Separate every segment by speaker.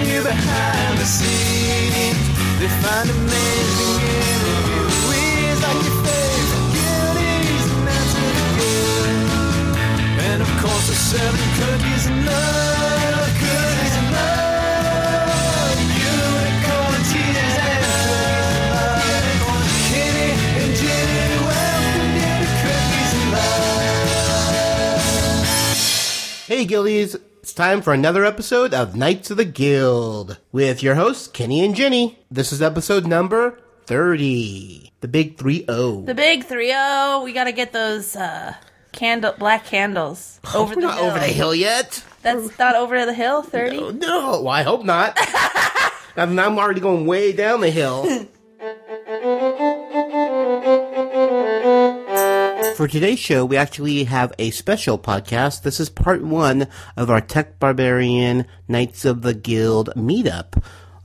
Speaker 1: behind the scenes. They find amazing interviewees like your favorite goodies and that's it again. And of course, the seven cookies and love, cookies and love, unicorn tears and cookies and love. Kenny and Jenny, welcome you to cookies and love.
Speaker 2: Hey, Gillies. It's time for another episode of Knights of the Guild with your hosts, Kenny and Jenny. This is episode number 30. The big 3 0.
Speaker 3: The big 3-0. We gotta get those uh candle black candles over the
Speaker 2: We're not
Speaker 3: hill.
Speaker 2: over the hill yet.
Speaker 3: That's not over the hill. Thirty.
Speaker 2: Oh, no, I hope not. I'm I'm already going way down the hill. For today's show, we actually have a special podcast. This is part one of our Tech Barbarian Knights of the Guild meetup.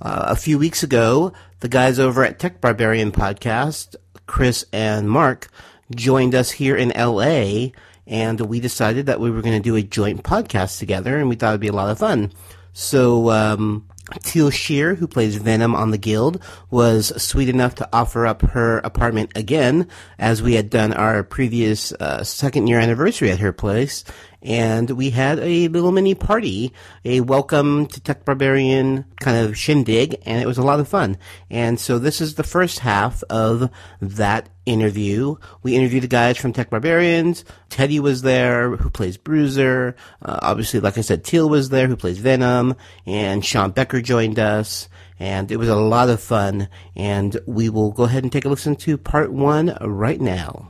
Speaker 2: Uh, a few weeks ago, the guys over at Tech Barbarian Podcast, Chris and Mark, joined us here in LA, and we decided that we were going to do a joint podcast together, and we thought it'd be a lot of fun. So, um, Teal Shear, who plays Venom on the Guild, was sweet enough to offer up her apartment again, as we had done our previous uh, second year anniversary at her place, and we had a little mini party, a welcome to Tech Barbarian kind of shindig, and it was a lot of fun. And so this is the first half of that interview. We interviewed the guys from Tech Barbarians. Teddy was there, who plays Bruiser. Uh, obviously, like I said, Teal was there, who plays Venom. And Sean Becker joined us. And it was a lot of fun. And we will go ahead and take a listen to part one right now.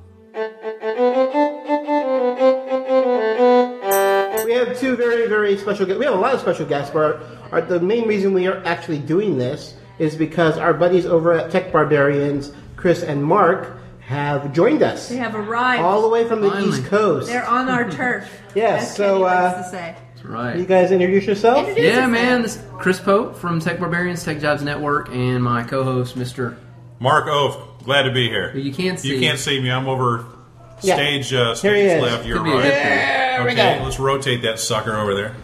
Speaker 2: We have two very, very special guests. We have a lot of special guests, but our, our, the main reason we are actually doing this is because our buddies over at Tech Barbarians, Chris and Mark, have joined us.
Speaker 4: They have arrived.
Speaker 2: all the way from the East Coast.
Speaker 4: They're on our turf.
Speaker 2: Yes,
Speaker 4: as
Speaker 2: so,
Speaker 4: Kenny likes
Speaker 2: uh,
Speaker 4: to say.
Speaker 2: you
Speaker 5: Right.
Speaker 2: guys introduce yourself?
Speaker 4: Introduce
Speaker 5: Yeah,
Speaker 4: yourself.
Speaker 5: man. This is Chris Pope from Tech Barbarians Tech Jobs Network, and my co-host, Mister.
Speaker 6: Mark Oaf, glad to be here.
Speaker 5: Who you can't see.
Speaker 6: You can't see me. I'm over
Speaker 2: Yeah.
Speaker 6: stage uh,
Speaker 2: Here he
Speaker 6: stage
Speaker 2: is.
Speaker 6: left. You're
Speaker 5: Could be
Speaker 6: right.
Speaker 5: a different-
Speaker 2: we
Speaker 6: okay,
Speaker 2: go.
Speaker 6: let's rotate that sucker over there.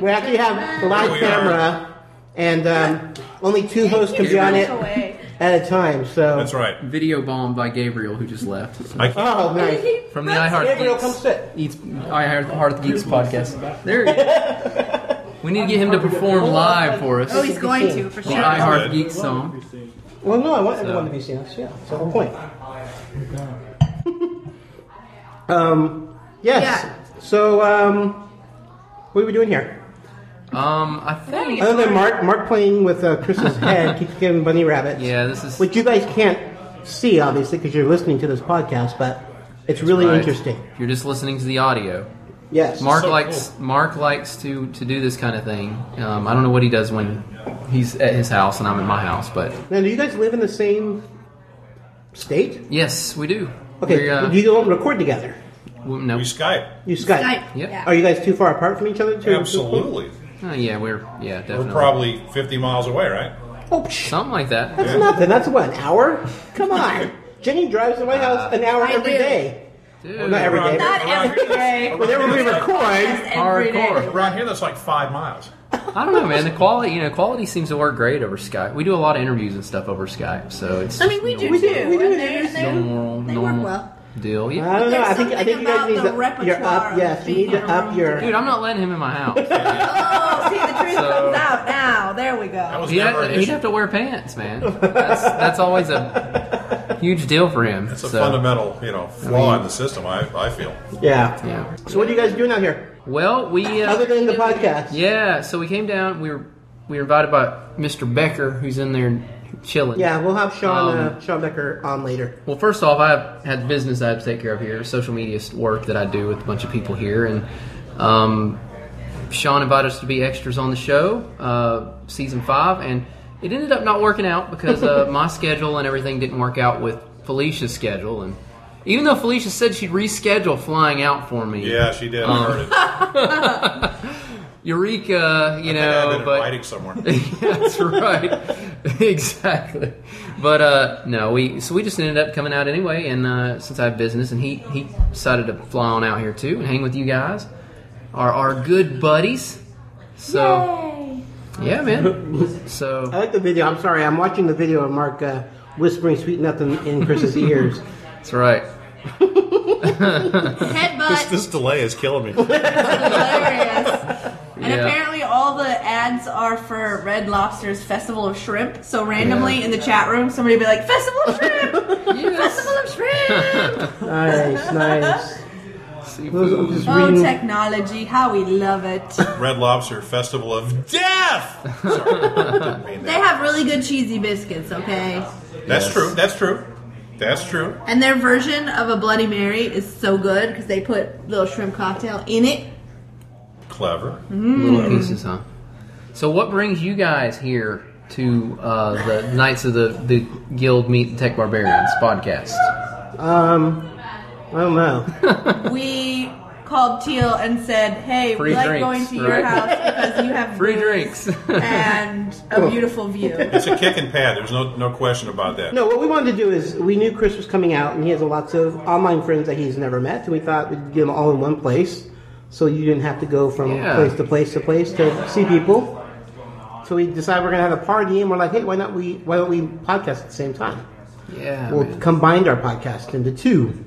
Speaker 2: We actually have live
Speaker 6: Oh, We are-
Speaker 2: camera, and um, only two hosts can be on it
Speaker 4: Away.
Speaker 2: at a time. So
Speaker 6: That's right.
Speaker 5: Video bomb by Gabriel, who just left
Speaker 6: I can't.
Speaker 2: Oh, nice.
Speaker 5: from the I Heart
Speaker 2: Gabriel, come
Speaker 5: Geeks,
Speaker 2: sit.
Speaker 5: Eats, I Heart- Heart Geeks podcast. There he is. We need to get him to perform live for us.
Speaker 4: Oh, he's going to for
Speaker 5: the
Speaker 4: sure.
Speaker 5: I Heart Geeks song.
Speaker 2: Well, no, I want everyone to be seeing us. Yeah, that's the whole point. um, yes.
Speaker 4: Yeah.
Speaker 2: So, um, what are we doing here?
Speaker 5: Um, I think.
Speaker 2: Other than Mark, Mark playing with uh, Chris's head, keeps giving bunny rabbits.
Speaker 5: Yeah, this is.
Speaker 2: Which you guys can't see, obviously, because you're listening to this podcast, but it's really
Speaker 5: right.
Speaker 2: interesting.
Speaker 5: You're just listening to the audio.
Speaker 2: Yes.
Speaker 5: Mark
Speaker 6: So
Speaker 5: likes Mark likes to, to do this kind of thing. Um, I don't know what he does when he's at his house and I'm at my house, but
Speaker 2: Now, do you guys live in the same state?
Speaker 5: yes, we do.
Speaker 2: Okay,
Speaker 5: We're, uh,
Speaker 2: you don't record together.
Speaker 5: we- no,
Speaker 6: We Skype.
Speaker 2: You Skype.
Speaker 4: Skype.
Speaker 5: Yep.
Speaker 2: Are you guys too far apart from each other? To
Speaker 6: Absolutely.
Speaker 5: Uh, yeah, we're yeah definitely
Speaker 6: We're probably 50 miles away, right?
Speaker 2: Oh, psh,
Speaker 5: something like that.
Speaker 2: that's nothing. That's what an hour. Come on. Jenny drives to the White House an hour
Speaker 4: I
Speaker 2: every
Speaker 4: do.
Speaker 2: day.
Speaker 5: Dude,
Speaker 2: Not every day.
Speaker 4: Not
Speaker 6: Around
Speaker 4: every
Speaker 6: here, that's-
Speaker 4: day.
Speaker 6: around
Speaker 2: Whenever we
Speaker 6: here, that's like-
Speaker 2: record,
Speaker 4: Every day.
Speaker 5: hardcore.
Speaker 6: Around here, that's like five miles.
Speaker 5: I don't know, man. The quality you know quality seems to work great over Skype. We do a lot of interviews and stuff over Skype, so it's
Speaker 4: I mean, we do
Speaker 2: We do-
Speaker 4: too.
Speaker 2: we do
Speaker 4: and they,
Speaker 2: it.
Speaker 4: they,
Speaker 5: normal
Speaker 4: they
Speaker 5: normal
Speaker 4: work well.
Speaker 5: deal. Yeah.
Speaker 2: I don't know.
Speaker 4: There's
Speaker 2: I think I
Speaker 4: something
Speaker 2: think you guys
Speaker 4: about
Speaker 2: need
Speaker 4: the
Speaker 2: to. You're
Speaker 4: repertoire
Speaker 2: up.
Speaker 4: of
Speaker 2: Yes, you
Speaker 4: being
Speaker 2: need to
Speaker 4: in a
Speaker 2: up
Speaker 4: room
Speaker 2: your.
Speaker 4: together.
Speaker 5: Dude, I'm not letting him in my house.
Speaker 4: Oh, see, the truth
Speaker 5: So-
Speaker 4: comes out now. There we
Speaker 6: That
Speaker 4: go.
Speaker 6: was
Speaker 5: He'd
Speaker 6: never
Speaker 5: have,
Speaker 6: an
Speaker 5: to, he'd
Speaker 6: issue.
Speaker 5: have to wear pants, man. That's, that's always a huge deal for him.
Speaker 6: That's a
Speaker 5: so,
Speaker 6: fundamental, you know, flaw in the system. I, I feel.
Speaker 2: Yeah.
Speaker 5: Yeah.
Speaker 2: So what are you guys doing out here?
Speaker 5: Well, we uh,
Speaker 2: Other than the podcast.
Speaker 5: yeah. So we came down. We were we were invited by Mr. Becker, who's in there chilling.
Speaker 2: Yeah, we'll have Sean
Speaker 5: Um,
Speaker 2: uh, Sean Becker on later.
Speaker 5: Well, first off, I had business I had to take care of here, social media work that I do with a bunch of people here, and um, Sean invited us to be extras on the show, uh, season five, and it ended up not working out because uh, my schedule and everything didn't work out with Felicia's schedule, and even though Felicia said she'd reschedule flying out for me,
Speaker 6: Yeah, she did. I heard it. I
Speaker 5: Eureka, you
Speaker 6: think I
Speaker 5: know,
Speaker 6: had it in
Speaker 5: but
Speaker 6: writing somewhere.
Speaker 5: That's right. exactly. But uh, no, we so we just ended up coming out anyway, and uh, since I have business, and he he decided to fly on out here too and hang with you guys, our our good buddies. So Yeah, man. So
Speaker 2: I like the video. I'm sorry, I'm watching the video of Mark uh, whispering sweet nothing in Chris's ears.
Speaker 5: that's right.
Speaker 4: Headbutt.
Speaker 6: This delay is killing me.
Speaker 4: hilarious. And
Speaker 5: Yeah.
Speaker 4: apparently, all the ads are for Red Lobster's Festival of Shrimp. So randomly
Speaker 5: Yeah.
Speaker 4: in the chat room, somebody will be like, "Festival of Shrimp, Festival of Shrimp."
Speaker 2: Nice, nice. Those- I'm
Speaker 5: Seafood.
Speaker 2: just
Speaker 4: Oh,
Speaker 2: reading-
Speaker 4: technology, how we love it.
Speaker 6: Red Lobster Festival of Death. Sorry, didn't mean
Speaker 4: They
Speaker 6: that.
Speaker 4: have really good cheesy biscuits, okay?
Speaker 6: That's
Speaker 5: Yes.
Speaker 6: true. That's true. That's true.
Speaker 4: And their version of a Bloody Mary is so good because they put little shrimp cocktail in it.
Speaker 6: Clever.
Speaker 5: Little pieces, huh? So what brings you guys here to uh, the Knights of the, the Guild Meet the Tech Barbarians podcast?
Speaker 2: Um, I don't know.
Speaker 4: We called Teal and said, "Hey,
Speaker 5: Free
Speaker 4: we like
Speaker 5: drinks,
Speaker 4: going to your
Speaker 5: right?
Speaker 4: house because you have
Speaker 5: Free
Speaker 4: booze
Speaker 5: drinks.
Speaker 4: and a beautiful view."
Speaker 6: It's a kick and pad. There's no no question about that.
Speaker 2: No, what we wanted to do is we knew Chris was coming out, and he has lots of online friends that he's never met, and we thought we'd get them all in one place, so you didn't have to go from
Speaker 5: Yeah.
Speaker 2: place to place to place to see people. So we decided we're gonna have a party, and we're like, hey, why not we why don't we podcast at the same time?
Speaker 5: yeah.
Speaker 2: We'll
Speaker 5: man.
Speaker 2: combine our podcast into two.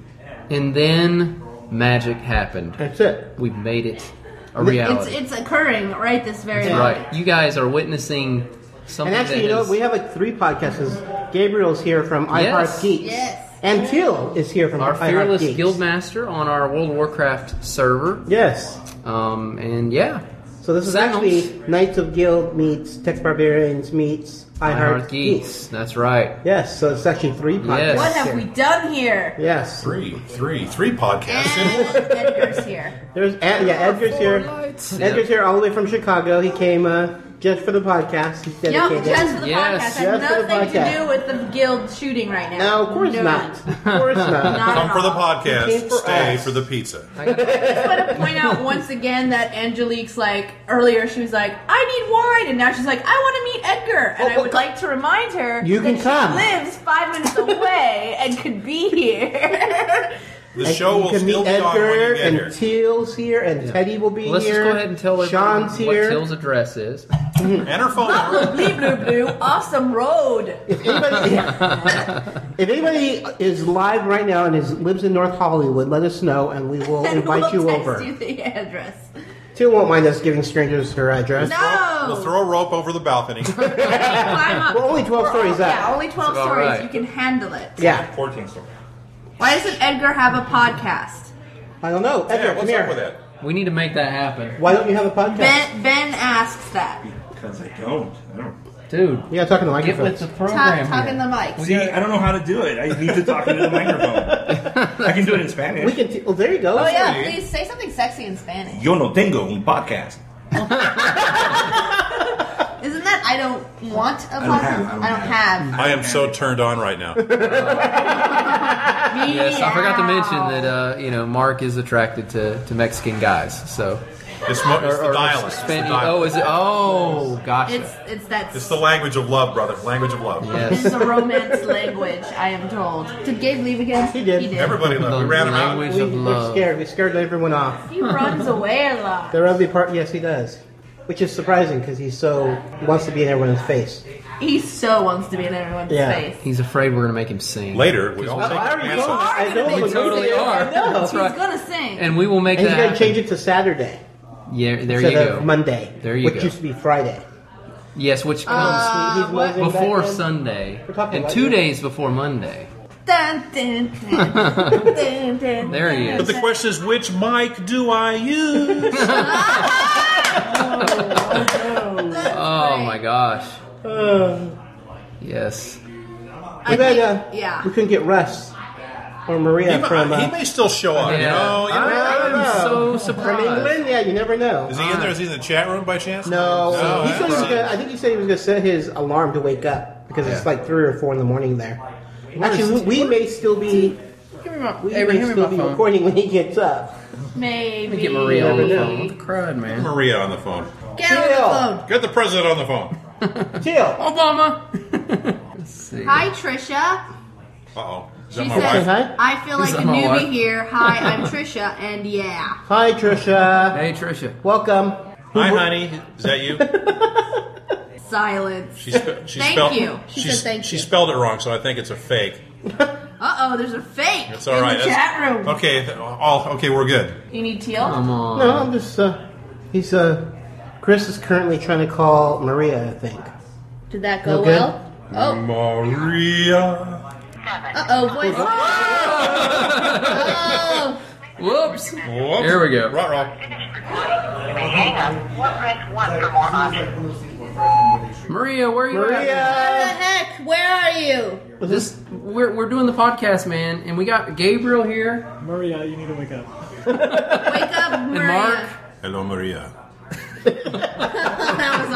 Speaker 5: And then magic happened.
Speaker 2: That's it.
Speaker 5: We've made it a
Speaker 4: It's
Speaker 5: reality.
Speaker 4: it's occurring right this very
Speaker 5: That's
Speaker 4: moment.
Speaker 5: right. You guys are witnessing something
Speaker 2: And actually,
Speaker 5: Oh,
Speaker 2: you
Speaker 5: that
Speaker 2: know,
Speaker 5: is-
Speaker 2: we have like three podcasts. Gabriel's here from iHeart Geeks.
Speaker 4: Yes.
Speaker 2: And Teal is here from
Speaker 5: our
Speaker 2: iHeart
Speaker 5: fearless
Speaker 2: Geeks.
Speaker 5: guildmaster on our World of Warcraft server.
Speaker 2: Yes.
Speaker 5: Um, and yeah,
Speaker 2: So this is
Speaker 5: Sounds.
Speaker 2: actually Knights of Guild meets Tech Barbarians meets
Speaker 5: I
Speaker 2: iHeart
Speaker 5: Heart
Speaker 2: Geeks.
Speaker 5: Geeks. That's right.
Speaker 2: Yes, so it's actually three podcasts.
Speaker 5: Yes.
Speaker 4: What have we done here?
Speaker 2: Yes.
Speaker 6: Three, three, three podcasts. in one.
Speaker 4: And Edgar's here.
Speaker 2: There's Ed, yeah, Edgar's here. Edgar's here all the way from Chicago. He came uh, just for the podcast. He's
Speaker 4: Yep,
Speaker 2: dedicated.
Speaker 4: just for the
Speaker 5: Yes.
Speaker 4: podcast. Had
Speaker 2: Just for the
Speaker 4: nothing to
Speaker 2: podcast.
Speaker 4: do with the guild shooting right now.
Speaker 2: no, of course
Speaker 4: No.
Speaker 2: not. Of course not.
Speaker 4: Not
Speaker 6: Come
Speaker 4: at
Speaker 6: for the
Speaker 4: all.
Speaker 6: podcast,
Speaker 2: Came for
Speaker 6: stay
Speaker 2: us.
Speaker 6: for the pizza.
Speaker 4: I just want to point out once again that Angelique's like earlier she was like I need wine and now she's like I want to meet Edgar and
Speaker 2: Oh,
Speaker 4: I
Speaker 2: well,
Speaker 4: would like to remind her
Speaker 2: You
Speaker 4: that
Speaker 2: can
Speaker 4: she
Speaker 2: come.
Speaker 4: lives five minutes away and could be here.
Speaker 6: The
Speaker 2: And
Speaker 6: show
Speaker 2: you
Speaker 6: will
Speaker 2: can
Speaker 6: still
Speaker 2: meet
Speaker 6: be on when
Speaker 2: Edgar
Speaker 6: you get
Speaker 2: and
Speaker 6: here.
Speaker 2: Teal's here and Teddy will be
Speaker 5: Let's
Speaker 2: here.
Speaker 5: just go ahead and tell everyone
Speaker 2: Sean's here.
Speaker 5: what Till's address is.
Speaker 6: And her phone number.
Speaker 4: Blue blue blue awesome road.
Speaker 2: If anybody, if anybody is live right now and is lives in North Hollywood, let us know and we will
Speaker 4: And
Speaker 2: invite
Speaker 4: we'll
Speaker 2: you
Speaker 4: text
Speaker 2: over.
Speaker 4: You the address.
Speaker 2: Till won't mind us giving strangers her address.
Speaker 4: No.
Speaker 6: We'll throw a rope over the balcony.
Speaker 4: Climb up.
Speaker 2: We're only 12
Speaker 4: We're
Speaker 2: stories
Speaker 4: all- Yeah,
Speaker 2: up.
Speaker 4: only 12
Speaker 5: It's about
Speaker 4: stories.
Speaker 5: right.
Speaker 4: You can handle it.
Speaker 2: Yeah,
Speaker 6: 14 story.
Speaker 4: Why doesn't Edgar have a podcast?
Speaker 2: I don't know. Edgar,
Speaker 6: Yeah,
Speaker 2: come
Speaker 6: what's
Speaker 2: here.
Speaker 6: up with that?
Speaker 5: We need to make that happen,
Speaker 2: Why don't you have a podcast?
Speaker 4: Ben, ben asks that.
Speaker 7: Because I don't. I don't.
Speaker 5: dude.
Speaker 2: You gotta talk in the
Speaker 5: Get
Speaker 2: microphone.
Speaker 5: with the
Speaker 4: Talk,
Speaker 5: program.
Speaker 4: talk
Speaker 5: here.
Speaker 4: in the mics.
Speaker 7: See, I don't know how to do it. I need to talk into the microphone. I can do it in
Speaker 2: we
Speaker 7: Spanish.
Speaker 2: can. T- oh, there you go.
Speaker 4: Oh, yeah,
Speaker 6: Sorry.
Speaker 4: please say something sexy in Spanish.
Speaker 7: Yo no tengo un podcast.
Speaker 4: Isn't that I don't want a podcast? I
Speaker 7: don't have, I don't
Speaker 4: have.
Speaker 6: I am so turned on right now.
Speaker 5: Yes, I forgot to
Speaker 4: Meow.
Speaker 5: mention that uh, you know Mark is attracted to, to Mexican guys. So
Speaker 6: It's, mo- it's the
Speaker 5: Or
Speaker 6: dialect. It's the,
Speaker 5: Spanish-
Speaker 6: dialect.
Speaker 5: Oh, is it? Oh, gotcha.
Speaker 4: It's, it's that.
Speaker 6: It's the language of love, brother. Language of love.
Speaker 4: It's
Speaker 5: yes.
Speaker 4: a romance language, I am told. Did Gabe leave again?
Speaker 2: He did.
Speaker 4: He did.
Speaker 6: Everybody
Speaker 5: The
Speaker 6: loved. We ran him out.
Speaker 5: language
Speaker 2: We,
Speaker 5: of
Speaker 2: we're
Speaker 5: love.
Speaker 2: scared. We scared everyone off.
Speaker 4: He runs away a lot.
Speaker 2: The rugby part, yes, he does. Which is surprising because he's so he wants to be in everyone's face.
Speaker 4: He so wants to be in everyone's
Speaker 2: Yeah.
Speaker 4: face.
Speaker 5: He's afraid we're gonna make him sing
Speaker 6: Later, we all
Speaker 2: Oh,
Speaker 6: take
Speaker 2: I
Speaker 6: our
Speaker 2: already
Speaker 6: pants
Speaker 2: know.
Speaker 6: off.
Speaker 2: I know.
Speaker 4: We
Speaker 2: what
Speaker 5: totally
Speaker 2: they
Speaker 5: are.
Speaker 2: I know.
Speaker 5: That's right.
Speaker 4: He's gonna sing.
Speaker 5: and we will make
Speaker 2: And he's
Speaker 5: that.
Speaker 2: gonna change
Speaker 5: happen.
Speaker 2: it to Saturday
Speaker 5: Yeah, there you
Speaker 2: instead of
Speaker 5: go.
Speaker 2: Monday,
Speaker 5: There you
Speaker 2: which
Speaker 5: go.
Speaker 2: used to be Friday.
Speaker 5: Yes, which comes
Speaker 2: He- he's
Speaker 4: what-
Speaker 2: moving Uh, back
Speaker 5: before
Speaker 2: in.
Speaker 5: Sunday
Speaker 2: We're talking
Speaker 5: and
Speaker 2: about
Speaker 5: two
Speaker 2: you.
Speaker 5: days before Monday.
Speaker 4: Dun, dun, dun. Dun, dun,
Speaker 5: There he
Speaker 4: dun.
Speaker 5: is.
Speaker 6: But the question is, which mic do I use?
Speaker 5: Oh my gosh.
Speaker 2: Uh,
Speaker 5: Yes.
Speaker 4: I
Speaker 2: we
Speaker 4: think-
Speaker 2: had, uh,
Speaker 4: yeah.
Speaker 2: We couldn't get Russ or Maria
Speaker 6: he, may,
Speaker 2: from uh,
Speaker 6: he may still show up. You
Speaker 5: Yeah.
Speaker 6: know, you know.
Speaker 5: I,
Speaker 2: I don't
Speaker 5: am
Speaker 2: know.
Speaker 5: so
Speaker 2: from
Speaker 5: surprised.
Speaker 2: England. Yeah, you never know.
Speaker 6: Is he in there? Is he in the chat room by chance?
Speaker 2: No, he
Speaker 6: No, I
Speaker 2: said he was
Speaker 6: don't know.
Speaker 2: gonna, I think he said he was gonna set his alarm to wake up because it's like three or four in the morning there. Actually, we, we may still be we may still be recording when he gets up.
Speaker 4: Maybe.
Speaker 5: Get Maria on the
Speaker 2: Never know.
Speaker 5: phone. What the crud, man.
Speaker 6: Maria on the phone.
Speaker 4: Get on
Speaker 2: Chill.
Speaker 4: the phone.
Speaker 6: Get the president on the phone.
Speaker 2: Chill.
Speaker 5: Obama. Let's see.
Speaker 4: Hi, Trisha.
Speaker 6: Uh oh. Is that
Speaker 4: She
Speaker 6: my
Speaker 4: says,
Speaker 6: wife?
Speaker 2: Hi.
Speaker 4: I feel like
Speaker 5: Is
Speaker 4: a
Speaker 5: that my
Speaker 4: newbie
Speaker 5: wife?
Speaker 4: here. Hi, I'm Trisha, and yeah.
Speaker 2: Hi, Trisha.
Speaker 5: Hey, Trisha.
Speaker 2: Welcome.
Speaker 6: Hi, honey. Is that you?
Speaker 4: Silence.
Speaker 6: She, spe- she
Speaker 4: Thank
Speaker 6: spelled,
Speaker 4: you.
Speaker 8: She
Speaker 6: she
Speaker 8: said
Speaker 6: s-
Speaker 8: thank
Speaker 6: she
Speaker 8: you.
Speaker 6: spelled it wrong, so I think it's a fake.
Speaker 4: Uh oh, there's a fake
Speaker 6: It's all
Speaker 4: in
Speaker 6: right.
Speaker 4: the
Speaker 6: That's-
Speaker 4: chat room.
Speaker 6: Okay, th- all okay. We're good.
Speaker 4: You need teal?
Speaker 5: Come on.
Speaker 2: No, I'm just, uh, he's, uh, Chris is currently trying to call Maria, I think.
Speaker 8: Did that go
Speaker 2: Okay.
Speaker 8: well?
Speaker 6: Um,
Speaker 8: Oh,
Speaker 6: Maria.
Speaker 8: uh oh, voice. Oh,
Speaker 5: Whoops.
Speaker 6: Whoops.
Speaker 5: There we go.
Speaker 6: Right, right.
Speaker 5: Maria, where are you at?
Speaker 8: what the
Speaker 2: Maria!
Speaker 8: heck? Where are you?
Speaker 5: This we're we're doing the podcast, man, and we got Gabriel here
Speaker 9: Maria, you need to wake up.
Speaker 8: Wake up,
Speaker 5: and Mark.
Speaker 8: Maria.
Speaker 6: Hello, Maria.
Speaker 4: That was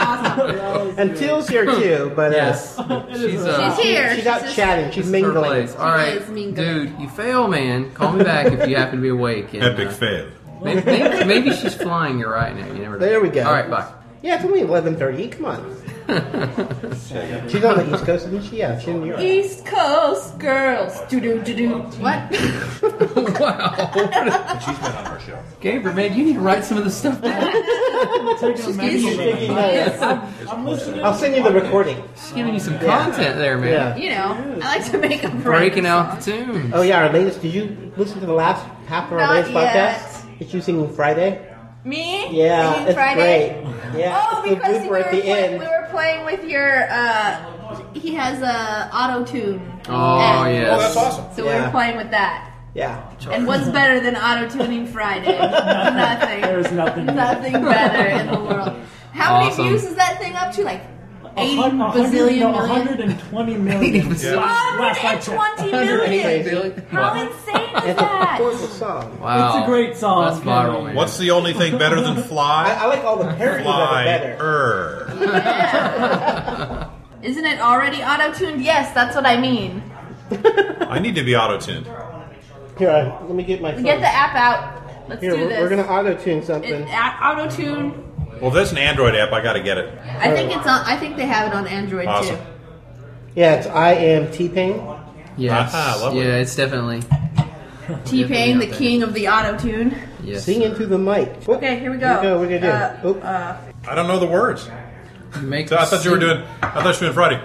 Speaker 4: awesome.
Speaker 2: And Teal's here too, but, uh,
Speaker 5: Yes. She's uh
Speaker 8: She's here.
Speaker 2: she's out
Speaker 8: just-
Speaker 2: chatting, she's
Speaker 5: her
Speaker 2: mingling.
Speaker 5: place. All right,
Speaker 8: is mingling.
Speaker 5: dude, you fail, man. Call me back if you happen to be awake. And,
Speaker 6: Epic
Speaker 5: uh,
Speaker 6: fail.
Speaker 5: Maybe, maybe, maybe she's flying you right now. You never. know.
Speaker 2: There we go.
Speaker 5: All right, bye.
Speaker 2: Yeah, it's only 11.30, come on. she's on the East Coast, isn't she? Yeah, she's in New York.
Speaker 4: East Coast girls. Doo doo doo doo. What?
Speaker 5: wow.
Speaker 6: She's been on our show.
Speaker 5: Gabriel, man, you need to write some of this stuff down.
Speaker 9: I'm listening.
Speaker 2: I'll send you the recording.
Speaker 5: She's giving you some content there, man.
Speaker 2: Yeah.
Speaker 4: You know, I like to make a break.
Speaker 5: Breaking out the tune.
Speaker 2: Oh yeah, our latest. Did you listen to the last half of our
Speaker 4: Not
Speaker 2: latest
Speaker 4: yet.
Speaker 2: podcast? It's you singing Friday.
Speaker 4: Me?
Speaker 2: Yeah,
Speaker 4: Singing
Speaker 2: it's
Speaker 4: Friday?
Speaker 2: great. Yeah,
Speaker 4: Oh,
Speaker 2: it's the
Speaker 4: because we
Speaker 2: blooper
Speaker 4: were,
Speaker 2: at the
Speaker 4: play-
Speaker 2: end.
Speaker 4: we were playing with your. uh He has a auto tune.
Speaker 5: Oh
Speaker 6: Oh, that's
Speaker 5: yes.
Speaker 6: awesome.
Speaker 4: So we
Speaker 2: Yeah.
Speaker 4: were playing with that.
Speaker 2: Yeah,
Speaker 4: And what's better than auto tuning Friday? nothing.
Speaker 9: There's nothing.
Speaker 4: nothing better in the world. How
Speaker 5: Awesome.
Speaker 4: many views is that thing up to? Like eighty
Speaker 9: A hun- a hundred-
Speaker 4: bazillion
Speaker 9: no,
Speaker 4: million.
Speaker 9: 120 million. Last I checked.
Speaker 4: 120
Speaker 2: 180
Speaker 4: million.
Speaker 2: million.
Speaker 4: How
Speaker 5: Wow.
Speaker 4: insane is
Speaker 2: it's a
Speaker 4: that?
Speaker 2: horrible song.
Speaker 5: Wow.
Speaker 9: It's a great song.
Speaker 5: That's viral, man.
Speaker 6: What's the only thing better than
Speaker 2: I,
Speaker 6: fly?
Speaker 2: I like all the parodies of it better.
Speaker 6: Flyer.
Speaker 4: Isn't it already auto tuned? Yes, that's what I mean.
Speaker 6: I need to be auto-tuned.
Speaker 2: Here, uh, let me get my phone.
Speaker 4: Get the app out. Let's
Speaker 2: Here,
Speaker 4: do
Speaker 2: we're,
Speaker 4: this.
Speaker 2: we're gonna auto tune
Speaker 4: it,
Speaker 2: something.
Speaker 4: auto tune.
Speaker 6: Well, if there's an Android app. I got to get it.
Speaker 4: I think it's on. I think they have it on Android
Speaker 6: Awesome.
Speaker 4: too.
Speaker 2: Yeah, it's I am T Pain.
Speaker 5: Yes.
Speaker 6: Ah, lovely.
Speaker 5: Yeah, it's definitely.
Speaker 4: T Pain, the
Speaker 5: Definitely out
Speaker 4: king of the auto tune.
Speaker 5: Yes.
Speaker 2: Sing into the mic. Whoop.
Speaker 4: Okay, here we
Speaker 2: Here
Speaker 4: go.
Speaker 2: we go. We're gonna do.
Speaker 4: Uh,
Speaker 2: Oop.
Speaker 6: I don't know the words.
Speaker 5: Make
Speaker 6: So I thought you were
Speaker 5: sing-
Speaker 6: doing. I thought you were doing Friday.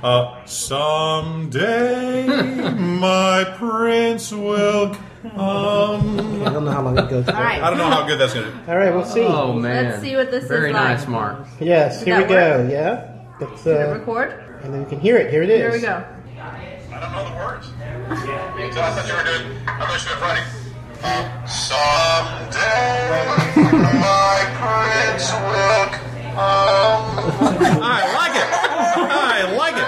Speaker 6: Uh, someday my prince will come.
Speaker 2: I don't know how long it goes.
Speaker 4: all right.
Speaker 6: I don't know how good that's gonna.
Speaker 2: All right, we'll see.
Speaker 5: Oh man.
Speaker 4: Let's see what this is
Speaker 5: Very
Speaker 4: like.
Speaker 5: nice, Mark.
Speaker 2: yes, here we
Speaker 4: Does that
Speaker 2: go. Yeah, it's uh,
Speaker 4: Record.
Speaker 2: and then you can hear it. Here it is.
Speaker 4: Here we go.
Speaker 6: I don't know the words. So I thought you were doing. I thought you were doing Friday. Uh, someday my prince will come. I like it. I like it.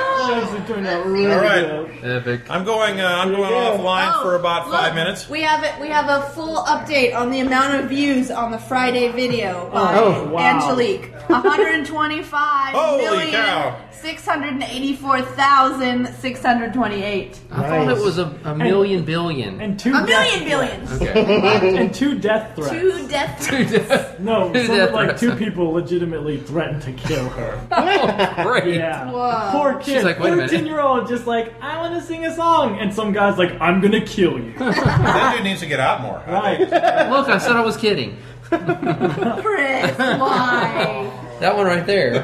Speaker 9: It turned out really
Speaker 6: All right.
Speaker 9: good.
Speaker 5: Epic.
Speaker 6: I'm going. Uh, I'm going offline
Speaker 4: Oh,
Speaker 6: for about
Speaker 4: look,
Speaker 6: five minutes.
Speaker 4: We have it. We have a full update on the amount of views on the Friday video by
Speaker 2: Oh,
Speaker 9: wow.
Speaker 4: Angelique. 125
Speaker 6: Holy
Speaker 4: million,
Speaker 6: cow.
Speaker 4: 684,628.
Speaker 5: I thought it
Speaker 2: Nice.
Speaker 5: was a, a million billion.
Speaker 9: And two
Speaker 4: A million
Speaker 9: death
Speaker 4: billion.
Speaker 5: Okay.
Speaker 9: threats. And two death threats.
Speaker 4: Two death threats.
Speaker 9: no,
Speaker 5: two
Speaker 9: some,
Speaker 5: death
Speaker 9: like
Speaker 5: threats.
Speaker 9: two people legitimately threatened to kill her.
Speaker 5: Oh, Great.
Speaker 9: Yeah.
Speaker 4: Whoa.
Speaker 9: Poor kid.
Speaker 5: She's like, wait a minute.
Speaker 9: 13 year old just like, I want to sing a song. And some guy's like, I'm going to kill you.
Speaker 6: That dude needs to get out more. I think.
Speaker 9: Right.
Speaker 5: Look, I said I was kidding.
Speaker 4: Chris, why?
Speaker 5: That one right there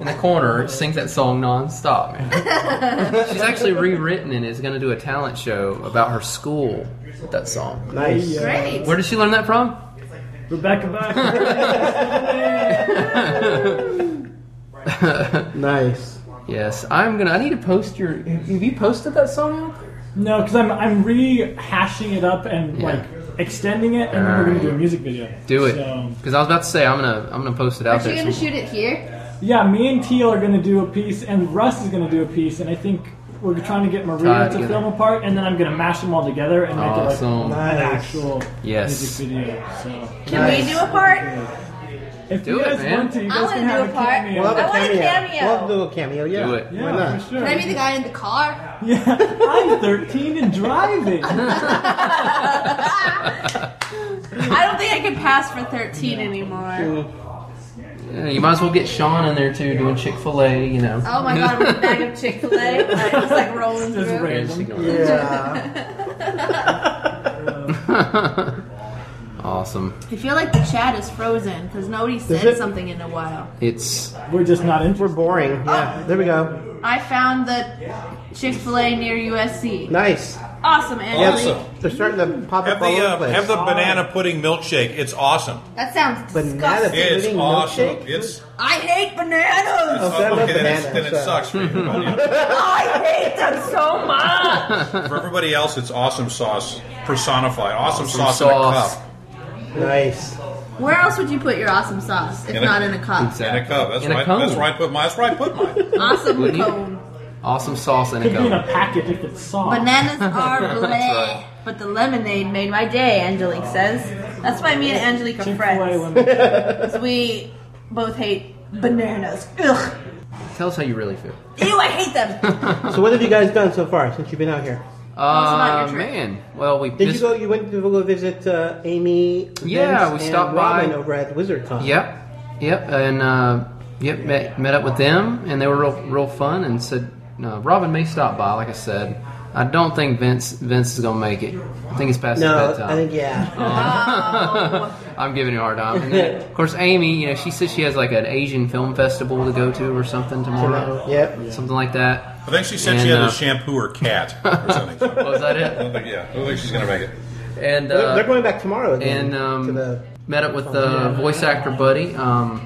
Speaker 5: in the corner sings that song nonstop. Man. She's actually rewritten and is going to do a talent show about her school with that song.
Speaker 2: Nice.
Speaker 4: Great.
Speaker 5: Where did she learn that from?
Speaker 9: Rebecca Black.
Speaker 2: Nice.
Speaker 5: Yes, I'm gonna. I need to post your. Have you posted that song? out there?
Speaker 9: No, because I'm, I'm rehashing it up and
Speaker 5: Yeah.
Speaker 9: like extending it, and then we're going to do a music video.
Speaker 5: Do it.
Speaker 9: So,
Speaker 5: Because I was about to say I'm gonna. I'm gonna post it out
Speaker 4: Are you
Speaker 5: there.
Speaker 4: gonna
Speaker 5: some-
Speaker 4: shoot it here?
Speaker 9: yeah, me and Teal are going to do a piece, and Russ is going to do a piece, and I think we're trying to get
Speaker 5: Tie it
Speaker 9: Maria to
Speaker 5: together.
Speaker 9: film a part, and then I'm going to mash them all together and make
Speaker 5: Awesome.
Speaker 9: it like an
Speaker 2: Nice.
Speaker 9: actual
Speaker 5: Yes.
Speaker 9: music video. So,
Speaker 4: Can we do a part?
Speaker 9: if
Speaker 5: Do
Speaker 9: you
Speaker 5: it,
Speaker 9: guys
Speaker 5: man.
Speaker 9: want to, you
Speaker 4: I
Speaker 9: guys
Speaker 4: wanna
Speaker 9: can have
Speaker 4: do a
Speaker 9: a
Speaker 4: part.
Speaker 9: cameo.
Speaker 2: We'll have
Speaker 4: I
Speaker 2: a
Speaker 4: want a
Speaker 2: cameo.
Speaker 4: cameo.
Speaker 2: We'll have a little cameo. Yeah.
Speaker 5: Do it.
Speaker 2: Why
Speaker 9: Yeah,
Speaker 2: not?
Speaker 9: for sure.
Speaker 4: Can I be the guy in the car?
Speaker 9: Yeah, I'm 13 and driving.
Speaker 4: I don't think I can pass for 13 anymore.
Speaker 5: Yeah, you might as well get Sean in there too, doing Chick Fil A. You know.
Speaker 4: Oh my god, with a bag of Chick fil A. Just like rolling
Speaker 9: Just
Speaker 4: through.
Speaker 9: random.
Speaker 5: Yeah, just ignore it.
Speaker 2: Yeah.
Speaker 5: awesome.
Speaker 4: I feel like the chat is frozen because nobody said
Speaker 2: it?
Speaker 4: something in a while.
Speaker 5: It's
Speaker 9: We're just not
Speaker 2: We're
Speaker 9: interested.
Speaker 2: boring. Yeah, there we go.
Speaker 4: I found the Chick Fil A near USC.
Speaker 2: Nice.
Speaker 4: Awesome, Angelique.
Speaker 6: Awesome.
Speaker 2: They're starting to pop
Speaker 6: Have
Speaker 2: up
Speaker 6: the,
Speaker 2: all over the
Speaker 6: uh,
Speaker 2: place.
Speaker 6: have the banana pudding milkshake. It's awesome.
Speaker 8: That sounds
Speaker 2: Banana
Speaker 8: disgusting.
Speaker 6: It's
Speaker 2: pudding
Speaker 6: awesome.
Speaker 2: milkshake?
Speaker 6: It's
Speaker 4: I hate bananas.
Speaker 2: Oh, sorry,
Speaker 6: okay. Then,
Speaker 2: banana,
Speaker 6: it's, then it
Speaker 2: sorry.
Speaker 6: sucks for you. But
Speaker 4: I hate them so much.
Speaker 6: for everybody else, it's awesome sauce personified. Awesome, sauce,
Speaker 5: sauce.
Speaker 2: Nice.
Speaker 4: Where else would you put your awesome sauce if
Speaker 6: In a-
Speaker 4: not in a cup?
Speaker 6: in a cup. In a cup. That's
Speaker 5: In a
Speaker 6: right.
Speaker 5: cone.
Speaker 6: That's where I put mine. That's where I put mine.
Speaker 4: Awesome
Speaker 5: Wouldn't you?
Speaker 4: cone.
Speaker 5: awesome sauce in a
Speaker 9: Could be in a
Speaker 5: cup.
Speaker 9: packet if it's soft.
Speaker 4: Bananas are bleh.
Speaker 5: right.
Speaker 4: But the lemonade made my day, Angelique says. That's why me and Angelique are
Speaker 9: Chick-fil-A
Speaker 4: friends.
Speaker 9: lemon.
Speaker 4: Because we both hate bananas. Ugh.
Speaker 5: Tell us how you really feel.
Speaker 4: Ew, I hate them.
Speaker 2: So what have you guys done so far since you've been out here?
Speaker 4: about your
Speaker 5: Uh,
Speaker 4: trip.
Speaker 5: man, well we
Speaker 2: Did
Speaker 5: just,
Speaker 2: you go? You went to go visit uh, Amy?
Speaker 5: Yeah,
Speaker 2: Vince,
Speaker 5: we
Speaker 2: and
Speaker 5: stopped by-
Speaker 2: Robin over at WizardCon.
Speaker 5: Yep, yep, and uh, yep met, met up with them, and they were real real fun, and said no, Robin may stop by. Like I said, I don't think Vince Vince is gonna make it. I think it's past his
Speaker 2: No,
Speaker 5: bedtime.
Speaker 2: I think yeah.
Speaker 5: I'm giving you a hard time. And then, of course, Amy, you know, she said she has like an Asian film festival to go to or something tomorrow.
Speaker 2: Yep.
Speaker 5: Something like that.
Speaker 6: I think she said she
Speaker 5: And,
Speaker 6: had
Speaker 5: uh,
Speaker 6: to shampoo her cat or something. I
Speaker 5: Was that it?
Speaker 6: don't think, yeah, I don't think she's gonna make it.
Speaker 5: And
Speaker 2: They're-
Speaker 5: uh,
Speaker 2: They're going back tomorrow again.
Speaker 5: and um,
Speaker 2: to the,
Speaker 5: met up with the voice actor buddy um,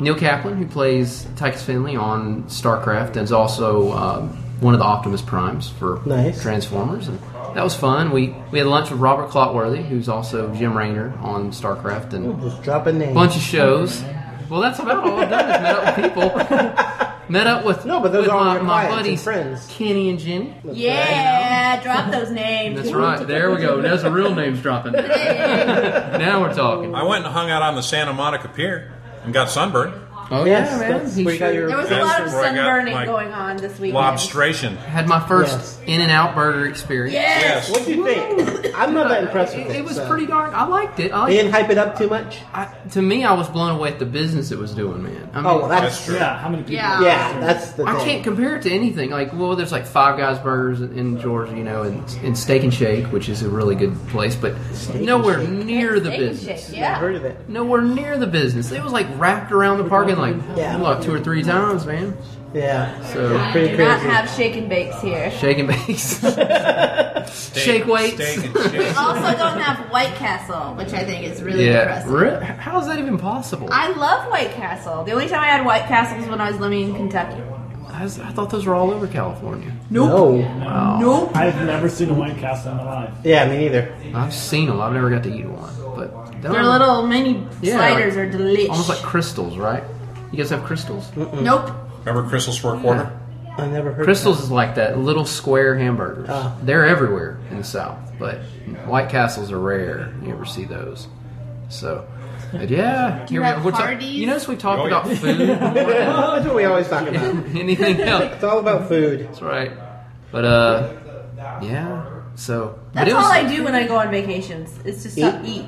Speaker 5: Neil Kaplan, who plays Tychus Finley on StarCraft, and is also um, one of the Optimus Primes for
Speaker 2: Nice.
Speaker 5: Transformers, and that was fun. We we had lunch with Robert Clotworthy, who's also Jim Raynor on StarCraft, and
Speaker 2: just drop a name.
Speaker 5: bunch of shows. Well, that's about all I've done is met up with people. met up with
Speaker 2: No, but those
Speaker 5: with
Speaker 2: are
Speaker 5: my, my
Speaker 2: our clients and
Speaker 5: buddies,
Speaker 2: friends.
Speaker 5: Kenny and Jenny.
Speaker 4: Yeah, drop those names.
Speaker 5: That's right. There we go. There's a real names dropping. now we're talking.
Speaker 6: I went and hung out on the Santa Monica Pier and got sunburned.
Speaker 5: Oh
Speaker 2: yes,
Speaker 5: yeah, man.
Speaker 2: that's
Speaker 5: He
Speaker 2: where you got
Speaker 5: sure-
Speaker 2: your.
Speaker 4: There was a lot of
Speaker 6: That's where I got
Speaker 4: sunburning
Speaker 6: my
Speaker 4: going on this weekend.
Speaker 6: Lobstration.
Speaker 5: had my first
Speaker 2: Yes.
Speaker 5: in and out burger experience.
Speaker 4: Yes.
Speaker 6: Yes.
Speaker 2: What do you think? I'm not that impressed with
Speaker 5: It,
Speaker 2: it.
Speaker 5: it was
Speaker 2: so.
Speaker 5: pretty darn. I liked it. I, liked,
Speaker 2: They didn't hype it up too much.
Speaker 5: I to me, I was blown away at the business it was doing, man. I mean,
Speaker 2: Oh, well, that's,
Speaker 6: That's true.
Speaker 9: Yeah, how many people?
Speaker 4: Yeah.
Speaker 2: yeah, that's the.
Speaker 5: I
Speaker 2: thing.
Speaker 5: can't compare it to anything. Like, well, there's like Five Guys Burgers in, in Georgia, you know, and, and Steak and Shake, which is a really good place, but nowhere near the
Speaker 4: Steak and shake,
Speaker 5: business.
Speaker 2: I've
Speaker 4: Yeah.
Speaker 2: heard of it.
Speaker 5: Nowhere near the business. It was like wrapped around the parking like
Speaker 2: Yeah.
Speaker 5: like two or three times, man.
Speaker 2: Yeah,
Speaker 5: So
Speaker 2: pretty
Speaker 4: Do
Speaker 2: crazy.
Speaker 4: not have shake and bakes here.
Speaker 5: shake and base.
Speaker 6: Steak-
Speaker 5: Shake weights.
Speaker 6: Steak and shake.
Speaker 4: Also, don't have White Castle, which I think is really
Speaker 5: yeah.
Speaker 4: depressing.
Speaker 5: Re- How is that even possible? I,
Speaker 4: I love White Castle. The only time I had White Castle was when I was living in Kentucky.
Speaker 5: was- I thought those were all over California.
Speaker 2: no.
Speaker 5: Wow.
Speaker 4: Nope.
Speaker 9: I've never seen a White Castle in my life.
Speaker 2: Yeah, me neither.
Speaker 5: I've seen them. I've never got to eat one, but
Speaker 4: Their little mini
Speaker 5: Um, Yeah,
Speaker 4: sliders
Speaker 5: like-
Speaker 4: are delicious.
Speaker 5: almost like mm. crystals, right? You guys have crystals.
Speaker 4: nope.
Speaker 6: Remember crystals for a quarter?
Speaker 2: I never heard.
Speaker 5: Crystals is like that little square hamburgers.
Speaker 2: Ah.
Speaker 5: They're everywhere in the South, but White Castles are rare. You ever see those? So, but yeah. Here
Speaker 8: have
Speaker 5: We're talk-
Speaker 8: Hardee's?
Speaker 5: you notice we talk
Speaker 6: Oh,
Speaker 5: about
Speaker 6: yeah.
Speaker 5: food,
Speaker 2: Of it. that's what we always talk about.
Speaker 5: anything else?
Speaker 2: It's all about food.
Speaker 5: That's right. But uh, yeah. So but
Speaker 4: That's
Speaker 5: it was,
Speaker 4: all I do when I go on vacations. It's just to eat.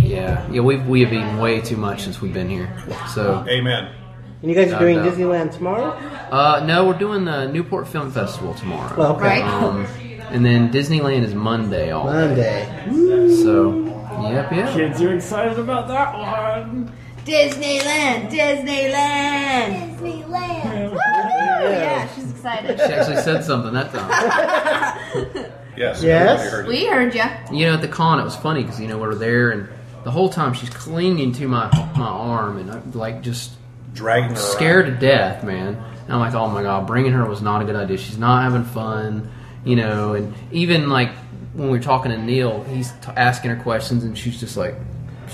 Speaker 5: Yeah, yeah. We we have eaten way too much since we've been here. So
Speaker 6: Amen.
Speaker 2: And you guys
Speaker 5: No,
Speaker 2: are doing
Speaker 5: no.
Speaker 2: Disneyland tomorrow?
Speaker 5: uh, no, we're doing the Newport Film Festival tomorrow.
Speaker 2: Well, okay.
Speaker 4: Right?
Speaker 5: Um, and then Disneyland is Monday all
Speaker 2: Monday.
Speaker 5: So, yep, yeah.
Speaker 9: Kids, you're excited about that one.
Speaker 4: Disneyland, Disneyland.
Speaker 8: Disneyland.
Speaker 4: Woo! Yeah, she's excited.
Speaker 5: She actually said something that time.
Speaker 6: Yes.
Speaker 2: Yes.
Speaker 6: everybody heard it.
Speaker 4: We heard ya.
Speaker 5: You know, at the con, it was funny because you know we were there, and the whole time she's clinging to my my arm, and I'm like just
Speaker 6: Dragging her around.
Speaker 5: scared to death, man. And I'm like, oh my god, bringing her was not a good idea. She's not having fun, you know. And even like when we were talking to Neil, he's t- asking her questions, and she's just like.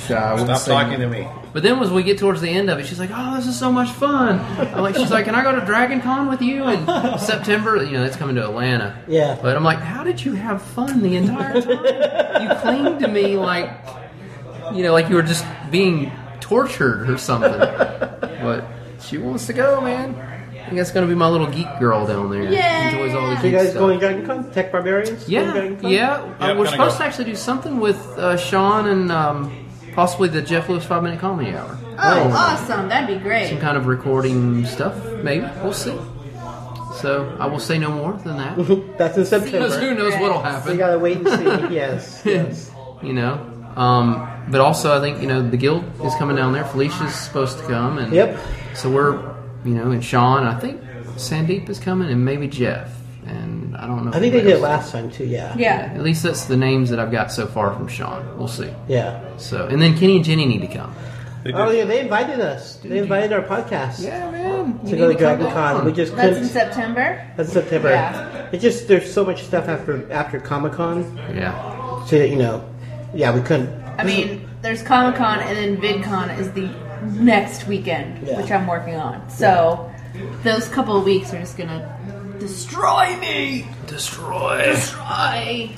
Speaker 5: Shy, wouldn't
Speaker 6: Stop
Speaker 5: say
Speaker 6: talking to
Speaker 5: nothing.
Speaker 6: me.
Speaker 5: But then, as we get towards the end of it, she's like, "Oh, this is so much fun!" I'm like, "She's like, can I go to Dragon Con with you in September? You know, that's coming to Atlanta."
Speaker 2: Yeah.
Speaker 5: But I'm like, "How did you have fun the entire time? you cling to me like, you know, like you were just being tortured or something." But she wants to go, man. I think that's gonna be my little geek girl down there.
Speaker 4: Yeah.
Speaker 5: Enjoys all the
Speaker 4: So
Speaker 5: geek
Speaker 2: So you guys
Speaker 5: stuff.
Speaker 2: going Dragon Con? Tech Barbarians? Going
Speaker 5: Yeah,
Speaker 2: Dragon Con?
Speaker 5: yeah.
Speaker 6: Yeah,
Speaker 5: Uh, we're
Speaker 6: kinda
Speaker 5: supposed
Speaker 6: go.
Speaker 5: to actually do something with uh, Sean and um, possibly the Jeff Lewis Five Minute Comedy Hour.
Speaker 4: Oh, awesome. That'd be
Speaker 5: Some
Speaker 4: great.
Speaker 5: kind of recording stuff, maybe. We'll see. So I will say no more than that.
Speaker 2: That's in
Speaker 5: Because
Speaker 2: September.
Speaker 5: who knows what'll
Speaker 2: So you
Speaker 5: happen?
Speaker 2: gotta wait and see. yes. yes.
Speaker 5: You know. Um, but also, I think you know the guild is coming down there. Felicia's supposed to come, and
Speaker 2: Yep.
Speaker 5: So we're, you know, and Sean. I think Sandeep is coming, and maybe Jeff. And I don't know.
Speaker 2: I think they
Speaker 5: anybody
Speaker 2: did it
Speaker 5: else.
Speaker 2: last time too. Yeah.
Speaker 4: Yeah.
Speaker 5: At least that's the names that I've got so far from Sean. We'll see.
Speaker 2: Yeah.
Speaker 5: So, and then Kenny and Jenny need to come.
Speaker 6: They did.
Speaker 2: Oh yeah, they invited us. They invited our podcast
Speaker 5: man.
Speaker 2: to go to Dragon Con. We just
Speaker 4: That's in
Speaker 2: couldn't.
Speaker 4: September.
Speaker 2: That's September.
Speaker 4: Yeah.
Speaker 2: It just there's so much stuff after after Comic Con.
Speaker 5: Yeah.
Speaker 2: So that, you know, yeah, we couldn't.
Speaker 4: I mean, there's Comic Con and then VidCon is the next weekend,
Speaker 2: Yeah.
Speaker 4: which I'm working on. So those couple of weeks are just gonna destroy me.
Speaker 5: Destroy.
Speaker 4: Destroy.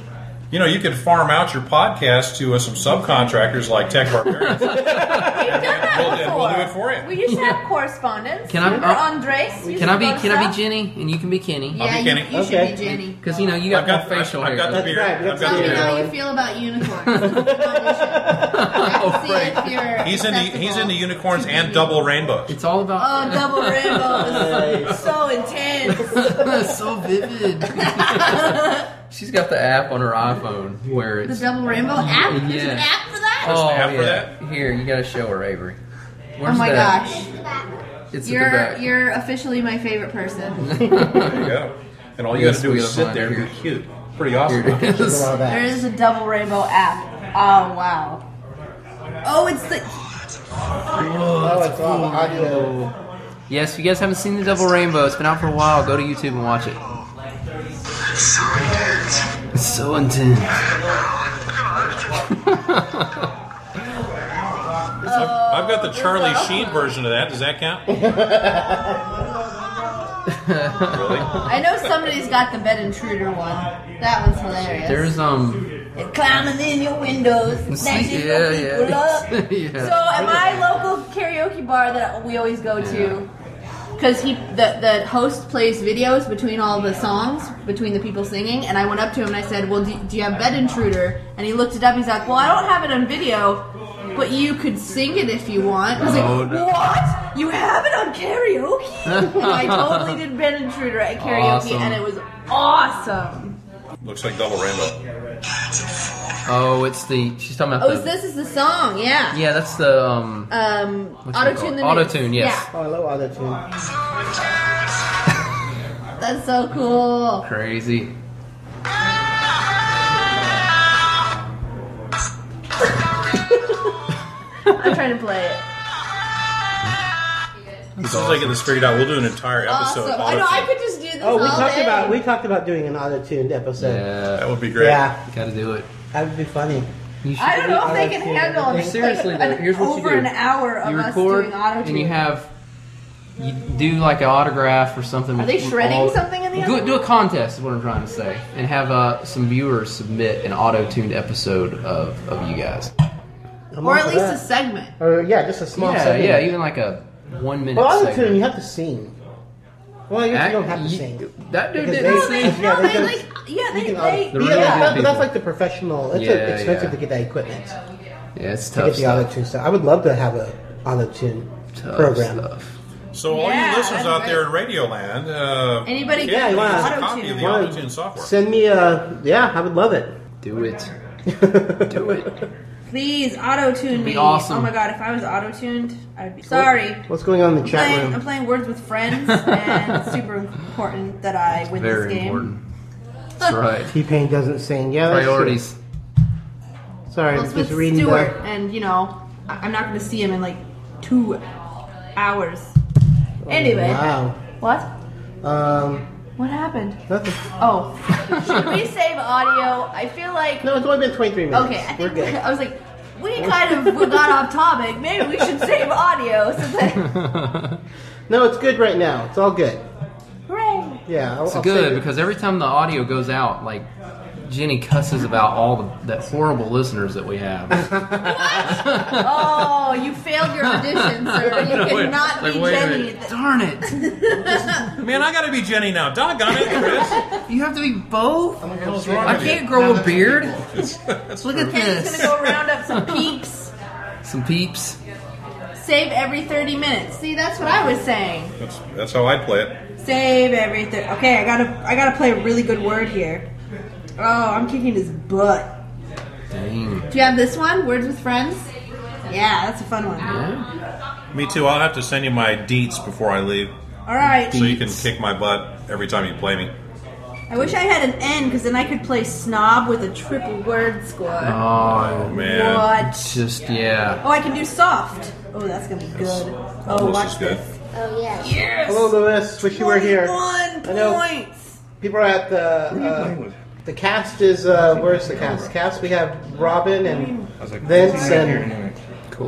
Speaker 6: You know, you could farm out your podcast to uh, some subcontractors like Tech Barbarians. we'll,
Speaker 4: We've done that
Speaker 6: and
Speaker 4: before.
Speaker 6: we'll do it for you.
Speaker 4: We used to have correspondence.
Speaker 5: Can I-
Speaker 4: Remember
Speaker 5: uh,
Speaker 4: Andres? used
Speaker 5: Can
Speaker 4: to
Speaker 5: I be
Speaker 4: bug
Speaker 5: Can I be
Speaker 4: stuff?
Speaker 5: Jenny and you can be Kenny?
Speaker 8: Yeah, you,
Speaker 6: Kenny.
Speaker 8: you
Speaker 2: Okay.
Speaker 8: should be Jenny.
Speaker 5: Because you know you
Speaker 6: I've
Speaker 5: got,
Speaker 6: got
Speaker 5: more facial
Speaker 6: I've,
Speaker 5: hair.
Speaker 6: got the
Speaker 2: That's
Speaker 6: beard.
Speaker 2: right,
Speaker 6: I've
Speaker 2: that's
Speaker 6: got
Speaker 8: Tell
Speaker 6: the
Speaker 8: me
Speaker 2: right.
Speaker 6: beard.
Speaker 8: how you feel about unicorns. oh,
Speaker 6: Frank. He's in the he's in the unicorns and double rainbows.
Speaker 5: It's all
Speaker 4: Oh,
Speaker 5: about.
Speaker 4: double rainbows. so intense.
Speaker 5: so vivid. She's got the app on her iPhone where
Speaker 8: The
Speaker 5: it's.
Speaker 8: double rainbow app? There's
Speaker 5: Yeah.
Speaker 8: an app for that?
Speaker 5: oh
Speaker 6: app for
Speaker 5: yeah. Here you got to show her Avery.
Speaker 4: Oh
Speaker 5: Where's
Speaker 4: my
Speaker 5: that?
Speaker 4: gosh.
Speaker 5: It's at the
Speaker 4: You're
Speaker 5: back.
Speaker 4: you're officially my favorite person.
Speaker 6: There you go. And all you
Speaker 5: Yeah,
Speaker 6: got to do
Speaker 5: squeal
Speaker 6: is sit
Speaker 5: mine
Speaker 6: there and
Speaker 5: here. Uh,
Speaker 6: be cute. Pretty awesome.
Speaker 5: Here it is.
Speaker 2: All
Speaker 4: There
Speaker 2: that.
Speaker 4: is a double rainbow app. Oh wow. Oh, it's the
Speaker 2: Oh, it's all audio.
Speaker 5: Yes, if you guys haven't seen the Double Rainbow, it's been out for a while. Go to YouTube and watch it. It's so intense.
Speaker 6: I've, I've got the Charlie Sheen version of that. Does that count? really?
Speaker 4: I know somebody's got the bed intruder one. That one's hilarious.
Speaker 5: There's um.
Speaker 4: It's climbing in your windows, snatching
Speaker 5: yeah,
Speaker 4: your people up.
Speaker 5: yeah.
Speaker 4: So
Speaker 5: yeah.
Speaker 4: at my local karaoke bar that we always go to, because he the the host plays videos between all the songs between the people singing, and I went up to him and I said, "Well, do, do you have Bed Intruder?" And he looked it up. He's like, "Well, I don't have it on video, but you could sing it if you want." I was
Speaker 5: Oh,
Speaker 4: like,
Speaker 5: no.
Speaker 4: "What? You have it on karaoke?" and I totally did Bed Intruder at karaoke,
Speaker 5: Awesome.
Speaker 4: and it was awesome.
Speaker 6: Looks like double rainbow.
Speaker 5: Oh, it's the. She's talking about
Speaker 4: Oh,
Speaker 5: the.
Speaker 4: so this is the song, yeah.
Speaker 5: Yeah, that's the um.
Speaker 4: Um,
Speaker 5: What's it
Speaker 4: auto tune
Speaker 5: called?
Speaker 4: the
Speaker 5: Auto-tune,
Speaker 4: notes.
Speaker 5: yes.
Speaker 2: Oh, I love audio tune.
Speaker 4: Yeah, that's so cool.
Speaker 5: Crazy.
Speaker 4: I'm trying to play it.
Speaker 6: As soon as I get this figured out, we'll do an entire
Speaker 4: Awesome.
Speaker 6: episode. of
Speaker 4: I know I
Speaker 6: auto-tune.
Speaker 4: could just do this.
Speaker 2: Oh, we
Speaker 4: all
Speaker 2: talked
Speaker 4: day.
Speaker 2: about we talked about doing an auto tuned episode.
Speaker 5: Yeah.
Speaker 6: That would be great.
Speaker 2: Yeah,
Speaker 5: Gotta do it.
Speaker 2: that would be funny.
Speaker 5: You should.
Speaker 4: I don't know if they
Speaker 2: auto-tune
Speaker 4: can handle
Speaker 2: everything.
Speaker 4: it.
Speaker 5: Seriously, though,
Speaker 4: an,
Speaker 5: here's what you
Speaker 4: over
Speaker 5: do.
Speaker 4: an hour of
Speaker 5: you
Speaker 4: us
Speaker 5: record
Speaker 4: doing auto
Speaker 5: and you
Speaker 4: tune.
Speaker 5: have you do like an autograph or something.
Speaker 4: Are they
Speaker 5: with
Speaker 4: shredding something in the
Speaker 5: do,
Speaker 4: oven?
Speaker 5: do a contest is what I'm trying to say, and have uh, some viewers submit an auto-tuned episode of, of you guys.
Speaker 2: I'm
Speaker 4: or
Speaker 2: all
Speaker 4: at
Speaker 2: for
Speaker 4: least a
Speaker 2: that.
Speaker 4: segment.
Speaker 2: or yeah, just a small
Speaker 5: yeah,
Speaker 2: segment.
Speaker 5: yeah, even like a one minute.
Speaker 2: Well, auto tune,
Speaker 5: segment.
Speaker 2: you have to sing. Well, I guess you don't have to
Speaker 5: Act-
Speaker 2: sing.
Speaker 5: you- That dude
Speaker 2: Because
Speaker 5: didn't
Speaker 2: they-
Speaker 5: sing.
Speaker 2: Yeah,
Speaker 4: no, they
Speaker 2: they're
Speaker 4: like, yeah, they,
Speaker 2: You can
Speaker 4: they,
Speaker 5: The
Speaker 2: auto- yeah,
Speaker 5: really
Speaker 2: that-
Speaker 5: good
Speaker 2: but that's
Speaker 5: people.
Speaker 2: like the professional. It's
Speaker 5: Yeah,
Speaker 2: expensive
Speaker 5: yeah.
Speaker 2: to get that equipment
Speaker 5: Yeah, it's
Speaker 2: to
Speaker 5: tough
Speaker 2: get the
Speaker 5: stuff.
Speaker 2: auto tune stuff. I would love to have a auto tune
Speaker 5: Tough
Speaker 2: program.
Speaker 5: stuff.
Speaker 6: So all
Speaker 4: Yeah,
Speaker 6: you listeners
Speaker 4: that's
Speaker 6: out there in
Speaker 4: right.
Speaker 6: Radioland, uh,
Speaker 4: anybody
Speaker 2: Yeah,
Speaker 4: can
Speaker 2: you wanna-
Speaker 6: a copy of the
Speaker 2: Why-
Speaker 6: auto-tune software.
Speaker 2: Send me a yeah, I would love it.
Speaker 5: Do it. Do it.
Speaker 4: Please auto tune
Speaker 5: be
Speaker 4: me.
Speaker 5: awesome.
Speaker 4: Oh my god, if I was auto tuned, I'd be sorry.
Speaker 2: What's going on in the chat
Speaker 4: Playing,
Speaker 2: room?
Speaker 4: I'm playing Words with Friends, and it's super important that I win this
Speaker 5: Very
Speaker 4: game.
Speaker 5: important. That's right.
Speaker 2: T Pain doesn't sing. Yeah, that's true.
Speaker 5: Priorities.
Speaker 2: Oh, Sorry,
Speaker 4: Well,
Speaker 2: I'm
Speaker 4: it's
Speaker 2: just
Speaker 4: with
Speaker 2: reading.
Speaker 4: Stewart,
Speaker 2: The,
Speaker 4: and you know, I- I'm not going to see him in like two hours. Anyway,
Speaker 2: Oh, wow.
Speaker 4: what?
Speaker 2: Um,
Speaker 4: What happened?
Speaker 2: nothing.
Speaker 4: Oh, should we save audio? I feel like
Speaker 2: No, it's only been 23 minutes.
Speaker 4: okay. I
Speaker 2: we're
Speaker 4: think
Speaker 2: good.
Speaker 4: I was like, we kind of got off topic. Maybe we should save audio. So that,
Speaker 2: No, it's good right now. It's all good.
Speaker 4: hooray!
Speaker 2: Yeah, I'll,
Speaker 5: It's
Speaker 2: I'll
Speaker 5: good
Speaker 2: save it.
Speaker 5: because every time the audio goes out, like Jenny cusses about all the that horrible listeners that we have.
Speaker 4: Oh, you failed your audition, sir. You
Speaker 5: Wait,
Speaker 4: cannot
Speaker 5: like,
Speaker 4: be
Speaker 5: wait a
Speaker 4: Jenny.
Speaker 5: minute. Darn it!
Speaker 6: Man, I got to be Jenny now. Doggone it, Chris.
Speaker 5: You have to be both.
Speaker 6: What's wrong
Speaker 5: I
Speaker 6: with you?
Speaker 5: can't grow a beard. Look at
Speaker 4: Kenny's
Speaker 5: this.
Speaker 4: gonna go round up some peeps.
Speaker 5: Some peeps.
Speaker 4: Save every 30 minutes. See, that's what I was saying.
Speaker 6: That's, that's how I play it.
Speaker 4: Save everything. Okay, I gotta I gotta play a really good word here. Oh, I'm kicking his butt.
Speaker 5: Dang.
Speaker 4: Do you have this one? Words with Friends? Yeah, that's a fun one.
Speaker 5: Yeah.
Speaker 6: Me too. I'll have to send you my deets before I leave,
Speaker 4: All right.
Speaker 6: so you can kick my butt every time you play me.
Speaker 4: Uh, I wish I had an N because then I could play snob with a triple word squad.
Speaker 5: Oh,
Speaker 6: Man,
Speaker 4: What?
Speaker 5: it's just yeah.
Speaker 4: Oh, I can do soft. Oh, that's gonna be good. oh,
Speaker 6: almost
Speaker 4: watch
Speaker 6: as good.
Speaker 4: this.
Speaker 8: Oh yeah.
Speaker 2: Hello, Lewis. Wish you were here.
Speaker 4: One
Speaker 2: I know.
Speaker 4: points.
Speaker 2: People are at the.
Speaker 7: playing
Speaker 2: Uh,
Speaker 7: with?
Speaker 2: the cast is. Uh, where's the cast? Cast, we have Robin and
Speaker 7: I was like,
Speaker 2: Vince
Speaker 7: "Right here,
Speaker 2: and
Speaker 7: anyway."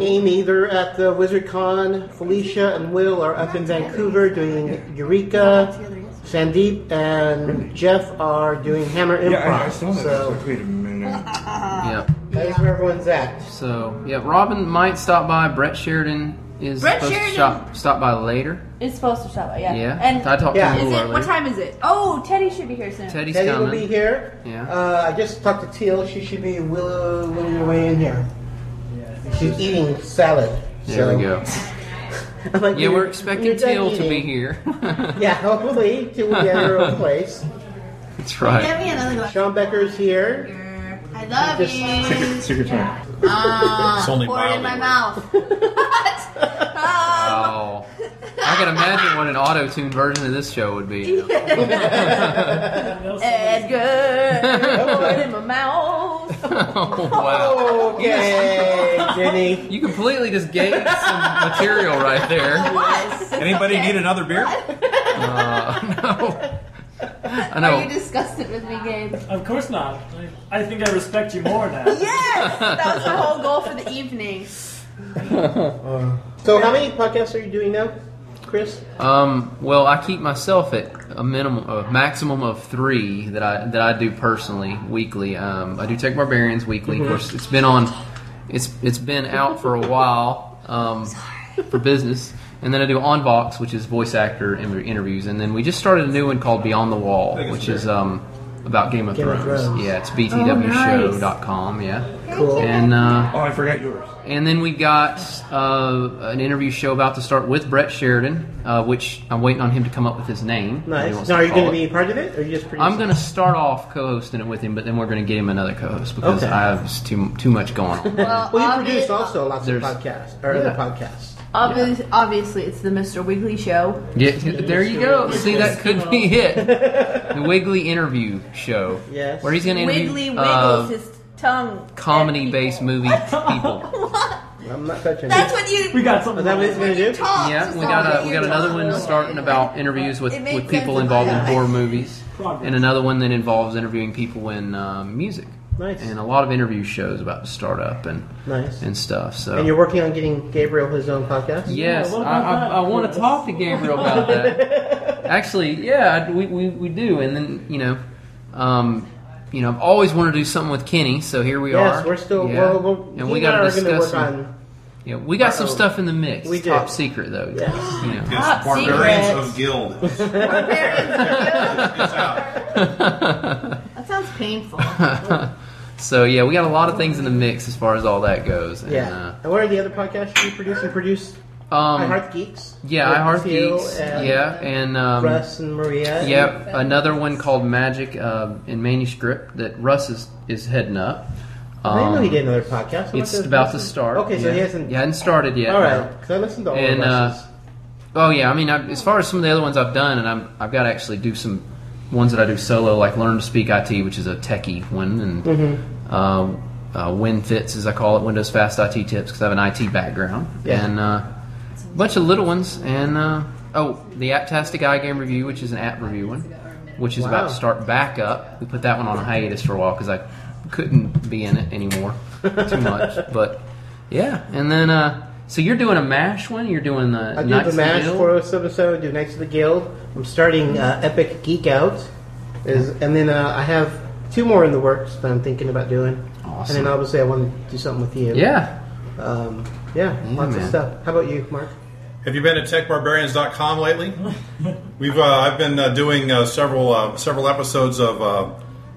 Speaker 2: Amy. They're at the Wizard Con. Felicia and Will are up in Vancouver doing Eureka. Sandeep and Jeff are doing Hammer Improv.
Speaker 7: Yeah, I, I saw that. I was
Speaker 2: So
Speaker 7: like, wait a minute.
Speaker 5: Yeah.
Speaker 2: that is where everyone's at.
Speaker 5: So yeah, Robin might stop by. Brett Sheridan is
Speaker 4: Brett
Speaker 5: supposed
Speaker 4: Sheridan.
Speaker 5: to shop, stop by later.
Speaker 3: It's supposed to stop. Yeah.
Speaker 5: Yeah.
Speaker 4: And
Speaker 5: I talked
Speaker 2: yeah.
Speaker 5: to him a
Speaker 4: Is
Speaker 5: little
Speaker 4: it?
Speaker 5: earlier.
Speaker 4: What time is it? Oh, Teddy should be here soon.
Speaker 5: Teddy's
Speaker 2: Teddy will
Speaker 5: coming.
Speaker 2: be here.
Speaker 5: Yeah.
Speaker 2: Uh, I just talked to Teal. She should be willow willing her way in here. She's eating salad.
Speaker 5: there
Speaker 2: so-
Speaker 5: we go.
Speaker 2: I'm like,
Speaker 5: Yeah,
Speaker 2: "You're-
Speaker 5: we're
Speaker 2: you're
Speaker 5: expecting
Speaker 2: done
Speaker 5: Teal to be
Speaker 2: eating."
Speaker 5: here.
Speaker 2: Yeah, hopefully Teal will be at her own place.
Speaker 5: That's right.
Speaker 4: Give me another glass.
Speaker 2: Sean Becker's here.
Speaker 4: I love
Speaker 2: Just-
Speaker 4: you.
Speaker 7: Secret time.
Speaker 4: Ah,
Speaker 6: It's only
Speaker 4: pour it in
Speaker 6: mildly
Speaker 4: my
Speaker 6: weird.
Speaker 4: mouth. what? Um,
Speaker 5: Oh, I can imagine what an auto-tune version of this show would be.
Speaker 2: Oh,
Speaker 4: Edgar, pour it in my mouth.
Speaker 5: oh, wow.
Speaker 2: Okay, Jenny.
Speaker 5: You completely just gave some material right there.
Speaker 4: What?
Speaker 6: Anybody need another beer?
Speaker 5: No. I
Speaker 4: Are you
Speaker 5: know.
Speaker 4: disgusted with me, Gabe?
Speaker 9: Of course not. I, I think I respect you more now.
Speaker 4: Yes, that was the whole goal for the evening.
Speaker 2: So, how many podcasts are you doing now, Chris?
Speaker 5: Um, well, I keep myself at a minimum, a maximum of three that I that I do personally weekly. Um, I do Tech Barbarians weekly.
Speaker 2: Mm-hmm.
Speaker 5: Of course, it's been on, it's it's been out for a while um, for business, and then I do On Vox, which is voice actor in- interviews, and then we just started a new one called Beyond the Wall,
Speaker 6: think it's
Speaker 5: which is um, about Game of,
Speaker 2: Game of
Speaker 5: Thrones.
Speaker 2: Thrones. Oh,
Speaker 5: Yeah, it's btwshow.com. Yeah,
Speaker 2: Cool.
Speaker 5: and. Uh,
Speaker 7: Oh, I forgot yours.
Speaker 5: and then we got uh, an interview show about to start with Brett Sheridan, uh, which I'm waiting on him to come up with his name. He
Speaker 2: Nice.
Speaker 5: wants
Speaker 2: Now,
Speaker 5: to
Speaker 2: are you going
Speaker 5: call
Speaker 2: to
Speaker 5: it.
Speaker 2: be part of it, or are you just producing?
Speaker 5: I'm going to start off co-hosting it with him, but then we're going to get him another co-host because
Speaker 2: Okay.
Speaker 5: I have too too much going on.
Speaker 4: Well,
Speaker 2: Well, you
Speaker 4: obvi-
Speaker 2: produce also lots of
Speaker 5: There's-
Speaker 2: podcasts or
Speaker 5: Yeah.
Speaker 2: other podcasts.
Speaker 4: obvi- obviously, it's the Mr. Wiggly show.
Speaker 5: yeah, there you go. See, that could be it. The Wiggly interview show.
Speaker 2: Yes.
Speaker 5: Where he's going to interview
Speaker 4: Wiggly wiggles
Speaker 5: uh,
Speaker 4: his tongue.
Speaker 5: comedy-based movie people.
Speaker 2: I'm not touching.
Speaker 4: That's
Speaker 2: it.
Speaker 4: what you.
Speaker 9: We got something.
Speaker 2: Is that what he's going to do?
Speaker 4: Talk
Speaker 5: Yeah,
Speaker 4: is
Speaker 5: we
Speaker 4: not
Speaker 5: got
Speaker 4: what
Speaker 5: a, we
Speaker 4: you
Speaker 5: got another
Speaker 4: talk.
Speaker 5: one starting about interviews with,
Speaker 4: It made
Speaker 5: with
Speaker 4: sense
Speaker 5: people
Speaker 4: in
Speaker 5: involved in
Speaker 4: my
Speaker 5: horror movies,
Speaker 9: Progress.
Speaker 5: and another one that involves interviewing people in um, music.
Speaker 2: Nice.
Speaker 5: And a lot of interview shows about to start up and
Speaker 2: Nice.
Speaker 5: and uh, stuff. So
Speaker 2: And you're working on getting Gabriel his own podcast.
Speaker 5: yes,
Speaker 9: Yeah, what
Speaker 5: I,
Speaker 9: about
Speaker 5: I,
Speaker 9: that?
Speaker 5: I want to talk to Gabriel about that. Actually, yeah, I- we, we, we do. And then you know, um, you know, I've always wanted to do something with Kenny. So here we are.
Speaker 2: Yes, we're still.
Speaker 5: Yeah.
Speaker 2: Well, well,
Speaker 5: and
Speaker 2: he
Speaker 5: we
Speaker 2: and I
Speaker 5: got to
Speaker 2: are gonna
Speaker 5: discuss.
Speaker 2: work
Speaker 5: some-
Speaker 2: on
Speaker 5: yeah, we got some
Speaker 2: Uh-oh.
Speaker 5: stuff in the mix.
Speaker 2: We do.
Speaker 5: Top secret though.
Speaker 2: Yes.
Speaker 5: You know.
Speaker 6: It's
Speaker 3: Top
Speaker 6: Barbarians
Speaker 3: secret.
Speaker 6: of Guild. It's out. Oh.
Speaker 4: That sounds painful.
Speaker 5: so yeah, we got a lot of things in the mix as far as all that goes. And,
Speaker 2: Yeah. And what are the other podcasts you produce? You produce
Speaker 5: uh, um,
Speaker 2: I Heart Geeks.
Speaker 5: yeah,
Speaker 2: with
Speaker 5: I Heart
Speaker 2: Theo
Speaker 5: Geeks.
Speaker 2: and
Speaker 5: yeah, and um,
Speaker 2: Russ and Maria.
Speaker 5: yeah, another one called Magic uh, in Manuscript that Russ is is heading up.
Speaker 2: I didn't know he
Speaker 5: Um,
Speaker 2: did another podcast. I'm
Speaker 5: It's
Speaker 2: not sure-
Speaker 5: about to start.
Speaker 2: Okay, so
Speaker 5: yeah.
Speaker 2: he hasn't.
Speaker 5: He hadn't started yet.
Speaker 2: All
Speaker 5: no.
Speaker 2: right, because I listened to all
Speaker 5: And,
Speaker 2: and,
Speaker 5: uh,
Speaker 2: of Russ's.
Speaker 5: Oh yeah, I mean, I, as far as some of the other ones I've done, and I'm, I've got to actually do some ones that I do solo, like Learn to Speak IT, which is a techie one, and
Speaker 2: Mm-hmm.
Speaker 5: um, uh, WinFits, as I call it, Windows Fast IT Tips, because I have an IT background,
Speaker 2: Yeah.
Speaker 5: and uh, a bunch of little ones, and uh, oh, the Apptastic iGame Review, which is an app review one, which is about
Speaker 2: Wow.
Speaker 5: to start back up. We put that one on a hiatus for a while because I couldn't be in it anymore too much, but yeah, and then. Uh, so you're doing a mash one? You're doing the
Speaker 2: I do
Speaker 5: Knights of
Speaker 2: the Mash
Speaker 5: Guild?
Speaker 2: 4077, do Knights of the Guild. I'm starting uh, Epic Geek Out. Is, and then uh, I have two more in the works that I'm thinking about doing.
Speaker 5: Awesome.
Speaker 2: And then obviously I want to do something with you.
Speaker 5: Yeah.
Speaker 2: Um, yeah,
Speaker 5: Yeah,
Speaker 2: lots
Speaker 5: man.
Speaker 2: of stuff. How about you, Mark?
Speaker 6: Have you been to techbarbarians.com lately? We've uh, I've been uh, doing uh, several uh, several episodes of uh,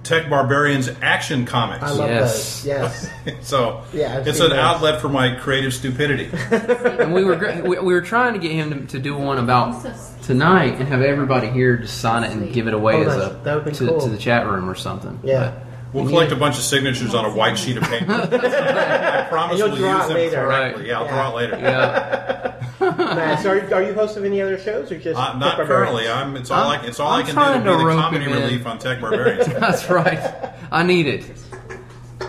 Speaker 6: Tech Barbarians action comics.
Speaker 2: I love
Speaker 5: Yes.
Speaker 2: those. Yes.
Speaker 6: so
Speaker 2: Yeah, I've
Speaker 6: it's
Speaker 2: seen
Speaker 6: an
Speaker 2: those.
Speaker 6: outlet for my creative stupidity.
Speaker 5: And we were gr- we, we were trying to get him to, to do one about tonight and have everybody here just sign it and give it away
Speaker 2: Oh,
Speaker 5: as
Speaker 2: nice.
Speaker 5: a
Speaker 2: That would be
Speaker 5: to,
Speaker 2: cool.
Speaker 5: to the chat room or something.
Speaker 2: Yeah.
Speaker 5: But
Speaker 6: We'll collect a bunch of signatures on a white sheet of paper. I promise
Speaker 2: You'll
Speaker 6: we'll
Speaker 2: draw
Speaker 6: use
Speaker 2: it
Speaker 6: them
Speaker 2: later.
Speaker 6: correctly. Yeah, I'll draw it later.
Speaker 5: Yeah.
Speaker 2: Matt, so are, are you host of any other shows or just
Speaker 6: Uh, not
Speaker 2: Tech
Speaker 6: currently.
Speaker 2: Barbarians?
Speaker 6: I'm. It's all
Speaker 5: I'm-
Speaker 6: I. It's all
Speaker 5: I'm
Speaker 6: I can
Speaker 5: trying
Speaker 6: do to
Speaker 5: to
Speaker 6: be the
Speaker 5: rope
Speaker 6: comedy
Speaker 5: him in.
Speaker 6: relief on Tech Barbarians.
Speaker 5: That's right. I need it.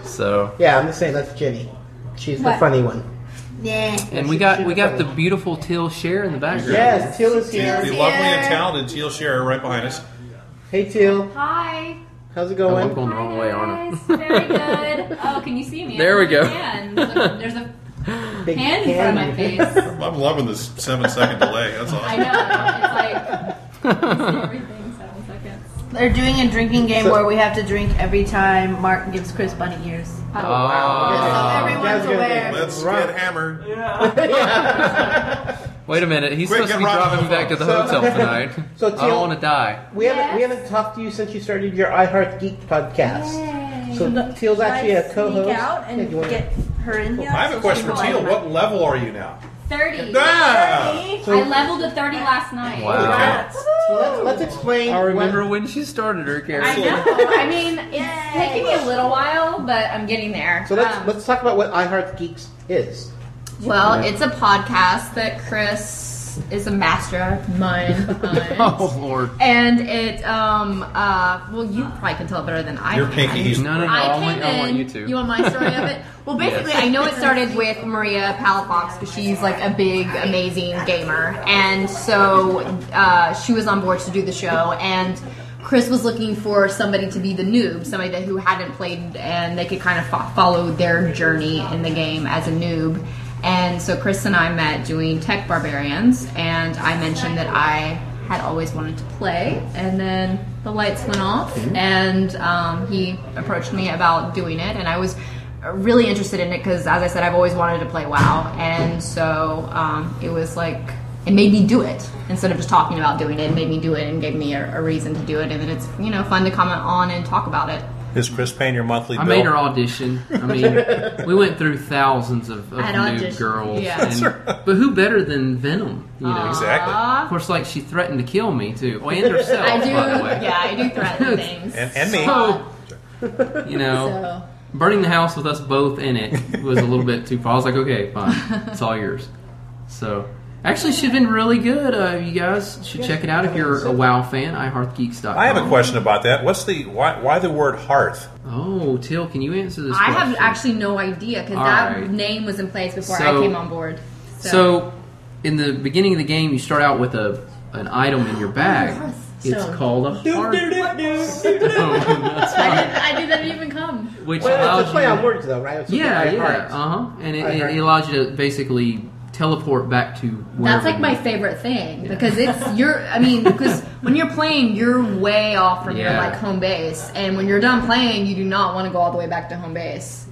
Speaker 5: So,
Speaker 2: Yeah, I'm the same. That's Jenny. She's the
Speaker 4: What?
Speaker 2: funny one.
Speaker 4: Nah.
Speaker 5: and we got we got the beautiful Till Share in the background.
Speaker 2: Yes, Teal is
Speaker 6: the
Speaker 2: here.
Speaker 6: lovely and talented Teal Shearer right behind us.
Speaker 2: Hey, Teal.
Speaker 8: Hi.
Speaker 2: How's it
Speaker 5: Oh, I'm
Speaker 2: going?
Speaker 5: going the wrong way, aren't
Speaker 8: Guys, very good. Oh, can you see me?
Speaker 5: There we
Speaker 8: I have
Speaker 5: go.
Speaker 8: a hand. There's a- um, There's a
Speaker 2: Big
Speaker 8: hand in front of my
Speaker 2: hand.
Speaker 8: face.
Speaker 6: I'm loving this seven second delay. That's
Speaker 8: I
Speaker 6: awesome.
Speaker 8: know. It's like everything seven seconds.
Speaker 4: They're doing a drinking game
Speaker 2: So-
Speaker 4: where we have to drink every time Mark gives Chris bunny ears.
Speaker 5: I?
Speaker 4: so
Speaker 5: Oh,
Speaker 4: everyone's
Speaker 2: That's gonna be-
Speaker 4: aware.
Speaker 6: Let's
Speaker 2: Right.
Speaker 6: get hammered.
Speaker 9: Yeah.
Speaker 5: wait a minute. He's
Speaker 6: Quick,
Speaker 5: supposed to be
Speaker 6: get Rob
Speaker 5: driving
Speaker 6: on
Speaker 5: me
Speaker 6: the
Speaker 5: back to the
Speaker 2: phone. So-
Speaker 5: hotel tonight.
Speaker 2: So,
Speaker 5: I
Speaker 2: Teal-
Speaker 5: don't want to die.
Speaker 2: We haven't we
Speaker 8: Yes.
Speaker 2: haven't talked to you since you started your I Heart Geek podcast. So Teal's
Speaker 3: Should I
Speaker 2: actually a
Speaker 3: sneak
Speaker 2: co-host.
Speaker 3: out
Speaker 2: Yeah,
Speaker 3: and
Speaker 2: you wanna-
Speaker 3: get her in here.
Speaker 6: I have a question for
Speaker 8: Cool.
Speaker 6: Teal. What level are you now?
Speaker 8: 30.
Speaker 6: Ah!
Speaker 8: I leveled a 30 last night.
Speaker 5: Wow.
Speaker 2: so let's, let's explain.
Speaker 5: I remember
Speaker 2: what-
Speaker 5: when she started her
Speaker 8: I
Speaker 5: character.
Speaker 8: know. I mean, it's taking me a little while, but I'm getting there.
Speaker 2: so let's
Speaker 8: Um,
Speaker 2: let's talk about what I Heart Geeks is.
Speaker 8: Well, it's a podcast that Chris is a mastermind. on.
Speaker 5: Oh Lord.
Speaker 8: And it, um, uh, well, you probably can tell better than I
Speaker 6: Your
Speaker 8: can.
Speaker 6: Ah! pinky. He's
Speaker 5: No, no, no.
Speaker 8: I
Speaker 5: I,
Speaker 2: Oh,
Speaker 8: came
Speaker 5: want,
Speaker 8: in.
Speaker 5: I want you to.
Speaker 8: want my story of it? Well, basically, I know it started with Maria Palafox because she's like a big, amazing gamer, and so uh, she was on board to do the show and. Chris was looking for somebody to be the noob, somebody that who hadn't played, and they could kind of fo- follow their journey in the game as a noob. And so Chris and I met doing Tech Barbarians, and I mentioned that I had always wanted to play, and then the lights went off, and um, he approached me about doing it, and I was really interested in it because, as I said, I've always wanted to play WoW, and so um, it was like it made me do it instead of just talking about doing it. It made me do it and gave me a, a reason to do it, and then it's you know fun to comment on and talk about it.
Speaker 6: Is Chris paying your monthly
Speaker 5: I made her audition. I mean, we went through thousands of, of
Speaker 8: At
Speaker 5: new
Speaker 8: audition,
Speaker 5: girls.
Speaker 8: yeah.
Speaker 5: and- but who better than Venom? You know.
Speaker 6: Exactly.
Speaker 5: Of course, like she threatened to kill me too, oh, and herself.
Speaker 8: I do,
Speaker 5: by the way.
Speaker 8: yeah, I do threaten things.
Speaker 6: And, and me.
Speaker 5: So, you know,
Speaker 8: So
Speaker 5: burning the house with us both in it was a little bit too far. I was like, okay, fine, it's all yours. So, actually, she's been really good. Uh, you guys should check it out if you're a WoW fan. iHeartGeeks.com.
Speaker 6: I have a question about that. What's the why? Why the word hearth?
Speaker 5: Oh, Till, can you answer this?
Speaker 8: I have
Speaker 5: question?
Speaker 8: actually no idea because
Speaker 5: All
Speaker 8: that
Speaker 5: right.
Speaker 8: name was in place before
Speaker 5: So-
Speaker 8: I came on board. So,
Speaker 5: So, in the beginning of the game, you start out with a an item in your bag.
Speaker 8: Oh,
Speaker 5: It's called a heart, Oh,
Speaker 8: I, didn't, I didn't even come.
Speaker 5: which
Speaker 2: Well, it's
Speaker 5: allows
Speaker 2: a play
Speaker 5: you.
Speaker 2: on words, though, right? It's a
Speaker 5: um, yeah,
Speaker 2: play on
Speaker 5: yeah,
Speaker 2: hearts.
Speaker 5: uh huh. And it,
Speaker 2: I
Speaker 5: it,
Speaker 2: heard.
Speaker 5: it allows you to basically teleport back to. Wherever
Speaker 8: That's like my
Speaker 5: you-
Speaker 8: favorite thing because it's you're. I mean, because when you're playing, you're way off from
Speaker 5: Yeah.
Speaker 8: your like home base, and when you're done playing, you do not want to go all the way back to home base.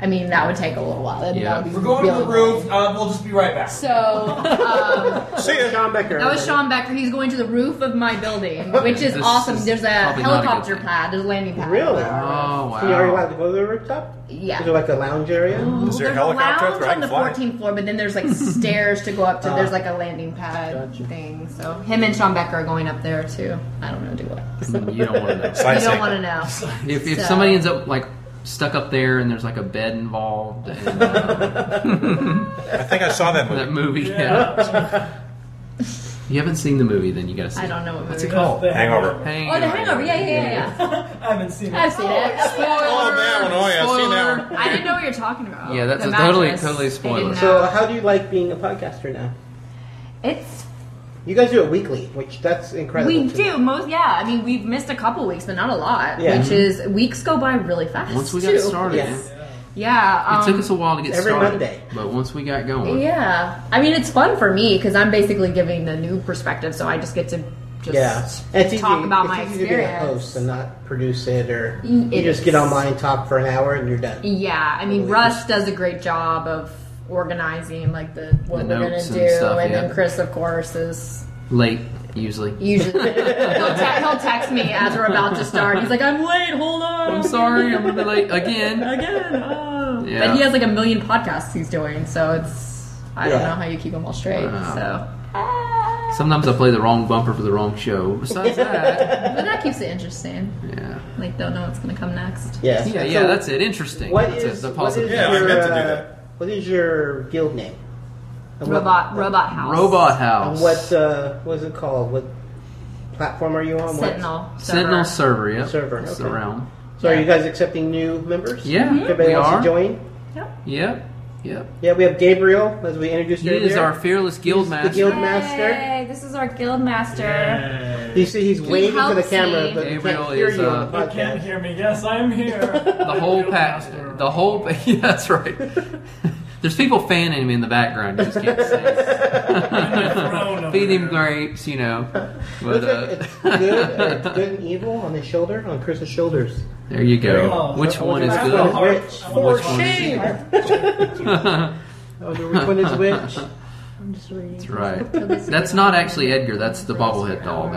Speaker 8: I mean, that would take a little while. That'd-
Speaker 5: Yeah.
Speaker 8: that would be
Speaker 7: We're going to
Speaker 8: really
Speaker 7: the roof. Uh, we'll just be right back.
Speaker 8: So um,
Speaker 6: See ya.
Speaker 2: Sean Becker.
Speaker 8: that was Sean Becker. He's going to the roof of my building, which is
Speaker 5: This
Speaker 8: awesome.
Speaker 5: is
Speaker 8: There's a
Speaker 5: probably not a good
Speaker 8: helicopter
Speaker 5: thing.
Speaker 8: pad. There's a landing pad.
Speaker 5: Oh
Speaker 2: Really?
Speaker 5: wow.
Speaker 2: So you already allowed to go to the rooftop?
Speaker 8: Yeah.
Speaker 2: Is there like a lounge area?
Speaker 6: Is there
Speaker 8: There's
Speaker 6: a
Speaker 8: a
Speaker 6: helicopter up
Speaker 8: lounge
Speaker 6: there? I
Speaker 8: on
Speaker 6: can
Speaker 8: the
Speaker 6: fly.
Speaker 8: 14th floor, but then there's like stairs to go up to. There's like a landing pad
Speaker 2: Ah. Gotcha.
Speaker 8: thing. So him and Sean Becker are going up there too. I don't know, do what.
Speaker 5: Hmm, You don't want to know.
Speaker 8: You
Speaker 6: Sightseeing.
Speaker 8: don't want to know.
Speaker 5: If, if
Speaker 8: So-
Speaker 5: somebody ends up like stuck up there and there's like a bed involved and uh,
Speaker 6: I think I saw that
Speaker 5: that
Speaker 6: movie.
Speaker 5: movie, yeah. you haven't seen the movie, then you got to see.
Speaker 8: I don't know what movie.
Speaker 5: it called?
Speaker 6: Hangover.
Speaker 5: Hang
Speaker 8: Oh, The Hangover. Yeah, yeah, yeah. yeah.
Speaker 9: I haven't seen it.
Speaker 8: I've seen it.
Speaker 6: Oh, that one. Oh, yeah, I've seen that
Speaker 5: Spoiler.
Speaker 6: one.
Speaker 8: I didn't know what you're talking about.
Speaker 5: Yeah, that's
Speaker 8: The
Speaker 5: a totally-
Speaker 8: mattress.
Speaker 5: totally
Speaker 8: I didn't
Speaker 5: spoiler.
Speaker 8: know.
Speaker 2: So how do you like being a podcaster now?
Speaker 8: it's
Speaker 2: You guys do it weekly, which that's incredible.
Speaker 8: we
Speaker 2: to me.
Speaker 8: do most. Yeah, I mean we've missed a couple weeks, but not a lot.
Speaker 2: Yeah.
Speaker 8: Which is weeks go by really fast.
Speaker 5: Once we
Speaker 8: too.
Speaker 5: got started,
Speaker 2: Yes.
Speaker 8: Yeah.
Speaker 5: it
Speaker 8: Um,
Speaker 5: took us a while to get
Speaker 2: Every
Speaker 5: started.
Speaker 2: Monday.
Speaker 5: But once we got going,
Speaker 8: Yeah, I mean it's fun for me because I'm basically giving the new perspective, so I just get to just
Speaker 2: Yeah, And it's
Speaker 8: talk
Speaker 2: easy,
Speaker 8: about
Speaker 2: it's
Speaker 8: my
Speaker 2: easy to be a host
Speaker 8: experience.
Speaker 2: and not produce it, or
Speaker 8: Mm,
Speaker 2: you
Speaker 8: it
Speaker 2: just
Speaker 8: is.
Speaker 2: get online, talk for an hour, and you're done.
Speaker 8: Yeah, I mean Russ does a great job of organizing like the what
Speaker 5: The
Speaker 8: we're
Speaker 5: notes
Speaker 8: gonna
Speaker 5: and
Speaker 8: do,
Speaker 5: stuff,
Speaker 8: and
Speaker 5: yeah.
Speaker 8: then Chris, of course, is
Speaker 5: late usually.
Speaker 8: usually he'll, te- he'll text me as we're about to start. He's like, "I'm late, hold on."
Speaker 5: I'm sorry, I'm late again.
Speaker 8: again. Oh.
Speaker 5: Yeah.
Speaker 8: But he has like a million podcasts he's doing, so it's I
Speaker 2: Yeah.
Speaker 8: don't know how you keep them all straight.
Speaker 5: Wow.
Speaker 2: Ah.
Speaker 8: So.
Speaker 5: Sometimes I play the wrong bumper for the wrong show. Besides that,
Speaker 8: But that keeps it interesting.
Speaker 5: yeah,
Speaker 8: Like, don't know what's gonna come next.
Speaker 2: Yes.
Speaker 5: yeah, yeah.
Speaker 2: So
Speaker 5: that's it. Interesting.
Speaker 2: What
Speaker 5: that's
Speaker 2: is,
Speaker 5: it. The
Speaker 2: what is
Speaker 5: possibility.
Speaker 6: Yeah, I
Speaker 2: your,
Speaker 6: meant to do
Speaker 2: uh,
Speaker 6: that.
Speaker 2: what is your guild name? And what-
Speaker 8: Robot, robot house.
Speaker 5: Robot
Speaker 2: And
Speaker 5: House.
Speaker 2: what uh, what is it called? What platform are you on? What-
Speaker 8: Sentinel. server.
Speaker 5: Sentinel server, yeah.
Speaker 2: Server,
Speaker 5: That's the
Speaker 2: okay.
Speaker 5: realm.
Speaker 2: So are you guys accepting new members?
Speaker 5: Yeah,
Speaker 2: If anybody
Speaker 5: we
Speaker 2: wants
Speaker 5: are.
Speaker 2: to join.
Speaker 5: Yep, yep.
Speaker 2: Yeah, we have Gabriel as we introduced
Speaker 5: He
Speaker 2: earlier.
Speaker 5: is our fearless guild master.
Speaker 2: the guild master.
Speaker 8: Hey, this is our guild master.
Speaker 2: You see, he's waiting for the
Speaker 8: helps
Speaker 2: camera,
Speaker 8: me.
Speaker 2: but he
Speaker 5: Gabriel
Speaker 2: can't hear
Speaker 5: is,
Speaker 2: you
Speaker 5: uh,
Speaker 2: on the
Speaker 9: You can't
Speaker 2: podcast.
Speaker 9: hear me. Yes, I'm here.
Speaker 5: the whole pack. The whole. Yeah, that's right. There's people fanning him in the background. You just can't see.
Speaker 9: over
Speaker 5: Feed him
Speaker 9: there.
Speaker 5: grapes, you know. But uh,
Speaker 2: It's good, uh, it's good and evil on his shoulder, on Chris's shoulders.
Speaker 5: there you go.
Speaker 9: Oh,
Speaker 5: Which
Speaker 9: that
Speaker 5: one is
Speaker 2: Which
Speaker 5: good?
Speaker 2: one is which? For
Speaker 5: Which one is
Speaker 2: shame! I wonder Oh, which one is which.
Speaker 5: That's right. That's not actually Edgar. That's the bobblehead doll.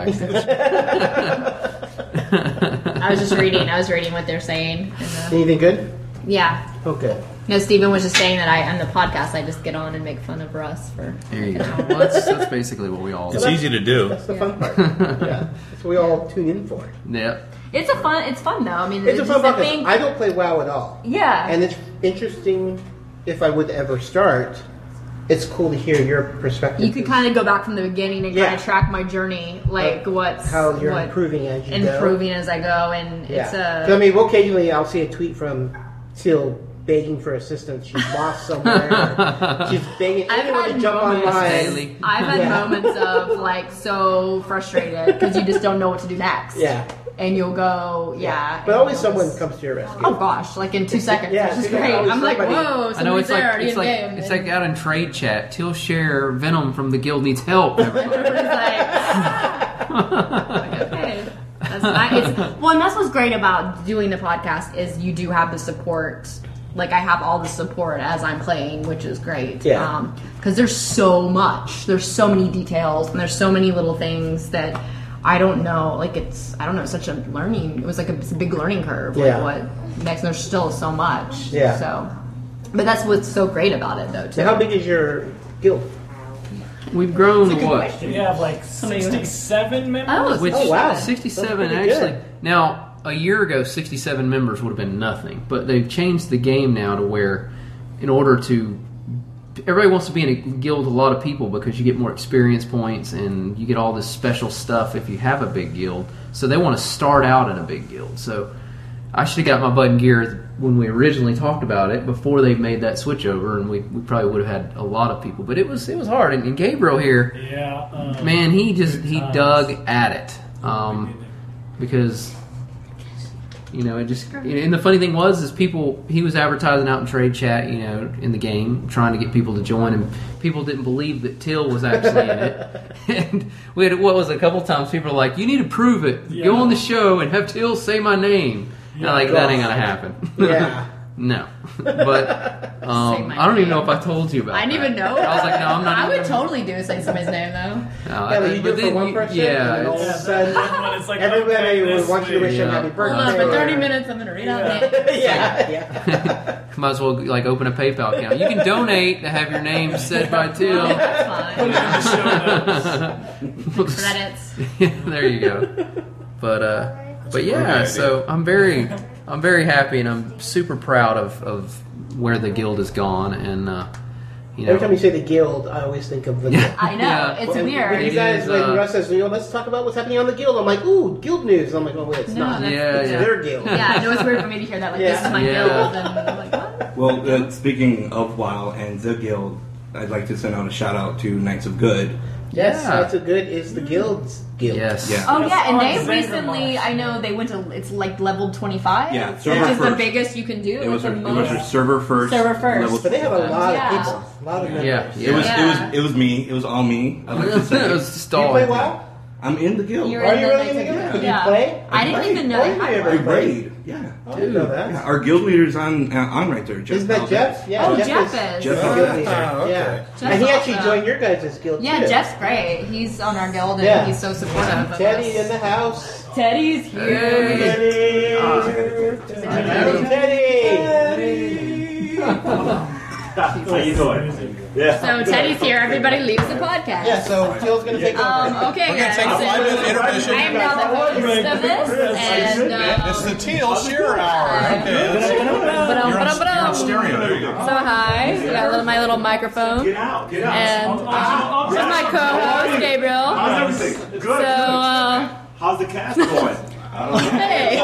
Speaker 5: Actually.
Speaker 8: I was just reading. I was reading what they're saying. And, uh,
Speaker 2: Anything good?
Speaker 8: yeah.
Speaker 2: Okay.
Speaker 8: No, Steven was just saying that I on the podcast I just get on and make fun of Russ for.
Speaker 5: there you go. Well, that's, that's basically what we all.
Speaker 10: It's easy to do.
Speaker 2: That's the fun part. Yeah. That's what we all tune in for.
Speaker 5: Yep.
Speaker 8: It's a fun. It's fun though. I mean,
Speaker 2: It's a fun
Speaker 8: just
Speaker 2: podcast.
Speaker 8: thing-
Speaker 2: I don't play WoW at all.
Speaker 8: yeah.
Speaker 2: And it's interesting if I would ever start. It's cool to hear your perspective.
Speaker 8: you could kind of go back from the beginning and
Speaker 2: Yeah.
Speaker 8: kind of track my journey, like
Speaker 2: Uh,
Speaker 8: what's
Speaker 2: how you're
Speaker 8: what-
Speaker 2: improving as you go.
Speaker 8: improving as I go, and
Speaker 2: Yeah.
Speaker 8: it's uh,
Speaker 2: 'Cause I
Speaker 8: a
Speaker 2: mean, occasionally I'll see a tweet from Teal begging for assistance. She's lost somewhere. or she's begging
Speaker 8: I've
Speaker 2: anyone to
Speaker 8: had
Speaker 2: jump
Speaker 8: moments.
Speaker 2: online.
Speaker 5: Daily.
Speaker 8: I've had
Speaker 2: Yeah.
Speaker 8: moments of like so frustrated because you just don't know what to do next.
Speaker 2: Yeah.
Speaker 8: and you'll go, yeah.
Speaker 2: But
Speaker 8: and
Speaker 2: always
Speaker 8: you'll
Speaker 2: someone
Speaker 8: just-
Speaker 2: comes to your rescue.
Speaker 8: Oh gosh, like in two seconds,
Speaker 2: yeah,
Speaker 8: which is
Speaker 2: two seconds.
Speaker 8: great.
Speaker 2: Always
Speaker 8: I'm like,
Speaker 2: somebody-
Speaker 8: whoa,
Speaker 5: I know
Speaker 8: someone's
Speaker 5: it's
Speaker 8: there
Speaker 5: like
Speaker 8: already
Speaker 5: it's
Speaker 8: in
Speaker 5: like
Speaker 8: game.
Speaker 5: it's
Speaker 8: and
Speaker 5: like out in trade chat. Till share Venom from the guild needs help. everybody.
Speaker 8: everybody's like, "Ah, okay. That's nice. It's, well, and that's what's great about doing the podcast is you do have the support. Like I have all the support as I'm playing, which is great.
Speaker 2: Yeah.
Speaker 8: Because there's so much. There's so many details, and there's so many little things that I don't know. Like it's I don't know. It's such a learning. It was like a, it's a big learning curve.
Speaker 2: Yeah.
Speaker 8: Like what next? There's still so much.
Speaker 2: Yeah.
Speaker 8: So, but that's what's so great about it, though. Too.
Speaker 2: So how big is your guild?
Speaker 5: We've grown what?
Speaker 9: We have like 67 members.
Speaker 8: Oh,
Speaker 5: Which
Speaker 8: it's-
Speaker 2: Oh, wow.
Speaker 5: sixty-seven
Speaker 2: That's pretty
Speaker 5: actually.
Speaker 2: good.
Speaker 5: Now a year ago, sixty-seven members would have been nothing, but they've changed the game now to where, in order to, everybody wants to be in a guild. with A lot of people because you get more experience points and you get all this special stuff if you have a big guild. So they want to start out in a big guild. So I should have got my button gear when we originally talked about it before they made that switch over, and we, we probably would have had a lot of people. But it was it was hard. And, and Gabriel here.
Speaker 9: Yeah. Um,
Speaker 5: Man, he just he
Speaker 9: times.
Speaker 5: dug at it, um, because you know it just. And the funny thing was, is people he was advertising out in trade chat, you know, in the game, trying to get people to join, and people didn't believe that Till was actually in it. And we had what was it, a couple times people were like, "You need to prove it.
Speaker 9: Yeah.
Speaker 5: Go on the show and have Till say my name." And I'm like that ain't gonna happen.
Speaker 2: Yeah.
Speaker 5: no, but um,
Speaker 8: my
Speaker 5: I don't even know
Speaker 8: name.
Speaker 5: if I told you about.
Speaker 8: I didn't
Speaker 5: that.
Speaker 8: even know.
Speaker 5: I was like, no, I'm not.
Speaker 8: I would
Speaker 5: even-
Speaker 8: totally do say somebody's name though.
Speaker 5: No,
Speaker 2: Yeah,
Speaker 5: I-
Speaker 2: but you do it for
Speaker 5: Uh, then
Speaker 2: one
Speaker 5: you-
Speaker 2: person,
Speaker 5: yeah,
Speaker 2: and then all of
Speaker 5: it's-
Speaker 2: a sudden,
Speaker 9: But it's like
Speaker 2: everybody
Speaker 9: okay,
Speaker 2: would
Speaker 9: this
Speaker 2: want you to wish
Speaker 9: week.
Speaker 2: him
Speaker 5: week.
Speaker 2: happy
Speaker 5: Yeah.
Speaker 2: birthday.
Speaker 8: Hold on, for
Speaker 2: or-
Speaker 8: 30 minutes, I'm gonna read out names.
Speaker 2: Yeah, yeah.
Speaker 5: Might as well like open a PayPal account. You can donate to have your name said by Till.
Speaker 8: That's fine. Credits.
Speaker 5: there you go. But uh, but yeah, so I'm very I'm very happy and I'm super proud of of where the guild has gone and uh, you know
Speaker 2: Every time you say the guild, I always think of the guild.
Speaker 8: I know
Speaker 5: Yeah.
Speaker 8: it's
Speaker 2: And When you
Speaker 8: weird.
Speaker 5: It
Speaker 2: guys,
Speaker 5: is,
Speaker 2: when
Speaker 5: uh,
Speaker 2: Russ says, you know, let's talk about what's happening on the guild, I'm like, ooh, guild news. And I'm like, oh, wait, it's
Speaker 8: No,
Speaker 2: not.
Speaker 8: that's-
Speaker 5: yeah
Speaker 2: It's
Speaker 5: yeah.
Speaker 2: their guild.
Speaker 8: Yeah, I know it's weird for me to hear that. Like this
Speaker 2: Yeah.
Speaker 8: is my
Speaker 5: Yeah.
Speaker 8: guild, and I'm like what?
Speaker 10: Well, uh, speaking of WoW and the Guild, I'd like to send out a shout out to Knights of Good.
Speaker 2: Yes,
Speaker 5: Yeah.
Speaker 2: that's a good, is the guild's guild.
Speaker 5: Yes.
Speaker 10: Yeah.
Speaker 8: Oh yeah, and
Speaker 9: Yes,
Speaker 8: they
Speaker 9: on
Speaker 8: recently,
Speaker 9: Xandermarsh.
Speaker 8: I know they went to it's like level 25.
Speaker 10: Yeah,
Speaker 8: which
Speaker 10: server
Speaker 8: is the
Speaker 10: first.
Speaker 8: biggest you can do.
Speaker 10: It was
Speaker 8: like
Speaker 10: her,
Speaker 8: the
Speaker 10: it was
Speaker 8: most.
Speaker 10: her server first.
Speaker 8: Server first.
Speaker 10: level-
Speaker 2: But they have a lot
Speaker 8: Yeah.
Speaker 2: of people, a lot of members.
Speaker 5: Yeah.
Speaker 10: It was
Speaker 8: Yeah.
Speaker 10: it was it was me. It was all me. I like to
Speaker 5: it
Speaker 10: say
Speaker 5: was just
Speaker 2: Do you
Speaker 5: all-
Speaker 2: play WoW?
Speaker 10: I'm in the Guild.
Speaker 8: You're
Speaker 2: Are you really
Speaker 8: Like,
Speaker 2: in the guild? Did
Speaker 8: yeah.
Speaker 2: you play?
Speaker 8: I didn't
Speaker 10: played.
Speaker 8: even know
Speaker 2: Played
Speaker 8: they had
Speaker 2: you
Speaker 8: one.
Speaker 10: We raid. Yeah.
Speaker 2: I didn't know that.
Speaker 10: Yeah, Our guild leader's on uh, on right there. Jeff
Speaker 2: Isn't that
Speaker 10: Hauser.
Speaker 2: Jeff? Yeah,
Speaker 8: Oh, Jeff is.
Speaker 10: Jeff
Speaker 2: the
Speaker 10: is.
Speaker 2: guild leader.
Speaker 6: Ah, okay.
Speaker 2: Yeah.
Speaker 6: Jeff's
Speaker 2: and he actually
Speaker 8: awesome.
Speaker 2: joined your guys' guild.
Speaker 8: Yeah,
Speaker 2: too.
Speaker 8: Jeff's great. He's on our guild and
Speaker 2: Yeah.
Speaker 8: he's so supportive of
Speaker 2: Teddy in
Speaker 8: us.
Speaker 2: the house.
Speaker 8: Teddy's huge.
Speaker 2: Teddy. Teddy.
Speaker 9: How you doing?
Speaker 7: Yeah.
Speaker 8: So Teddy's here. Everybody leaves the podcast.
Speaker 2: Yeah, so Jill's going to take over.
Speaker 8: Um, okay,
Speaker 6: We're gonna
Speaker 8: guys.
Speaker 6: take a five-minute
Speaker 8: I
Speaker 6: intermission.
Speaker 8: am now the host of this, and uh,
Speaker 6: It's the teal sheer hour. Okay, that's-
Speaker 8: ba-dum,
Speaker 6: you're, on,
Speaker 8: ba-dum,
Speaker 6: you're on
Speaker 8: ba-dum.
Speaker 6: stereo. There you go.
Speaker 8: So hi, we got little, my little microphone. Get out, get out. And uh, this is my co-host Gabriel.
Speaker 7: How's everything? Good.
Speaker 8: So uh,
Speaker 7: How's the cast going?
Speaker 8: hey,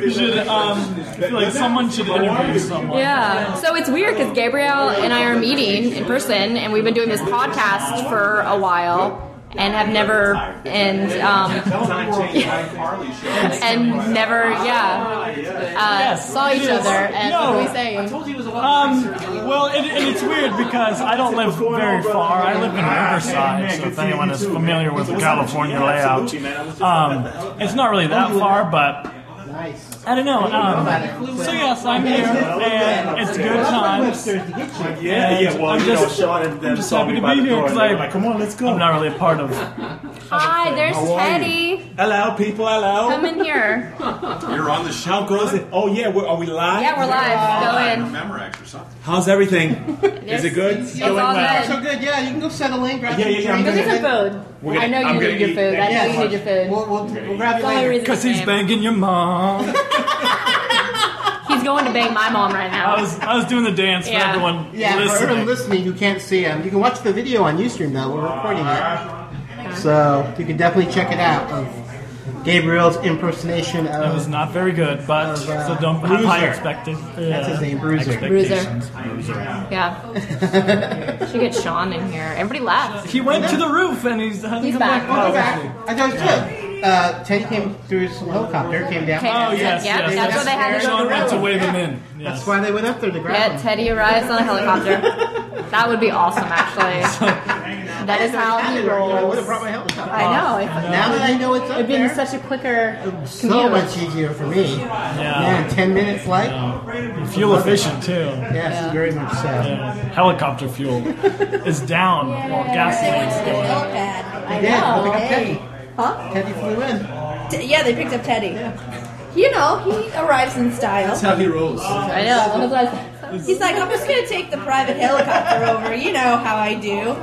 Speaker 9: You should, um, I feel like someone should interview someone.
Speaker 8: yeah. So it's weird because Gabriel and I are meeting in person, and we've been doing this podcast for a while. And have never and um, and never yeah uh, saw each other and
Speaker 9: No.
Speaker 8: what are we saying
Speaker 9: Um, well, and, and it's weird because I don't live very far. I live in Riverside, so if anyone is familiar with the California layout, um, it's not really that far, but I don't know. Um, so yes, I'm here, and it's good times.
Speaker 7: Yeah, yeah. Well,
Speaker 9: I'm
Speaker 7: you
Speaker 9: just-
Speaker 7: know, Sean and them
Speaker 9: just
Speaker 7: saw
Speaker 9: happy
Speaker 7: me
Speaker 9: to
Speaker 7: by
Speaker 9: be
Speaker 7: the
Speaker 9: here
Speaker 7: door,
Speaker 9: 'cause
Speaker 7: and they're
Speaker 9: I-
Speaker 7: like, come on, let's go.
Speaker 9: I'm not really a part of.
Speaker 8: hi there's Teddy
Speaker 7: Hello, people. Hello.
Speaker 8: come in here
Speaker 6: You're on the show.
Speaker 7: Girls, oh yeah, we're, are we live?
Speaker 8: yeah we're live go in
Speaker 6: Remember, or something.
Speaker 7: How's everything? Is it good?
Speaker 8: It's
Speaker 7: Going
Speaker 8: all
Speaker 7: well.
Speaker 8: good.
Speaker 2: good. Yeah, you can go settle in, grab
Speaker 7: Yeah, yeah, yeah, I'm
Speaker 8: Go
Speaker 7: gonna-
Speaker 8: get some food.
Speaker 7: We're gonna-
Speaker 8: I know you
Speaker 7: I'm gonna
Speaker 8: need your
Speaker 7: eat.
Speaker 8: food. I know
Speaker 7: Thank
Speaker 8: you need your food.
Speaker 2: we'll, we'll grab
Speaker 8: That's the only reason
Speaker 9: Because
Speaker 8: I
Speaker 9: he's
Speaker 8: am.
Speaker 9: banging your mom.
Speaker 8: He's going to bang my mom right
Speaker 9: I
Speaker 8: now.
Speaker 9: was I was doing the dance for
Speaker 8: Yeah.
Speaker 9: everyone
Speaker 2: Yeah, for everyone
Speaker 9: listening.
Speaker 2: listening who can't see him, you can watch the video on Ustream though. We're recording it, so you can definitely check it out. Of Gabriel's impersonation
Speaker 9: It was
Speaker 2: of
Speaker 9: not very good, but
Speaker 2: Of, uh,
Speaker 9: so don't have high
Speaker 2: Bruiser.
Speaker 9: expected.
Speaker 2: That's his name, Bruiser.
Speaker 9: expectations.
Speaker 8: Yeah. Should get Sean in here. Everybody laughs.
Speaker 9: He went to the roof and he's hasn't
Speaker 8: He's
Speaker 9: come
Speaker 8: back.
Speaker 2: Oh,
Speaker 9: Oh,
Speaker 2: go back. I thought it was good. Uh, Teddy came through his helicopter, came down.
Speaker 8: Okay.
Speaker 9: Oh yes,
Speaker 8: Yeah,
Speaker 9: yes.
Speaker 8: that's
Speaker 2: where they had to go
Speaker 9: Sean
Speaker 2: to
Speaker 9: went to
Speaker 2: the
Speaker 9: wave
Speaker 2: room.
Speaker 9: him in.
Speaker 2: That's
Speaker 9: Yes.
Speaker 2: why they went up there to grab
Speaker 8: Yeah,
Speaker 2: him.
Speaker 8: Teddy arrives on a helicopter. That would be awesome, actually. That is how
Speaker 2: I
Speaker 8: he
Speaker 2: would have
Speaker 8: rolls.
Speaker 2: brought my helicopter.
Speaker 8: I know. It's
Speaker 2: Now that I know it's up
Speaker 8: it'd been
Speaker 2: there,
Speaker 8: such a quicker.
Speaker 2: so much easier for me. Man,
Speaker 9: Yeah.
Speaker 2: ten minute flight.
Speaker 9: Fuel efficient too.
Speaker 2: Yes, very much so.
Speaker 9: Yeah. Helicopter fuel is down while gasoline's going up.
Speaker 2: They
Speaker 3: helipad.
Speaker 2: did.
Speaker 8: know.
Speaker 2: Look at Teddy.
Speaker 3: Huh?
Speaker 2: Teddy flew in.
Speaker 3: T- yeah, they picked up Teddy. You know, he arrives in style.
Speaker 10: how he rolls.
Speaker 8: I know. That's what I-
Speaker 3: He's like, I'm just gonna take the private helicopter over. You know how I do.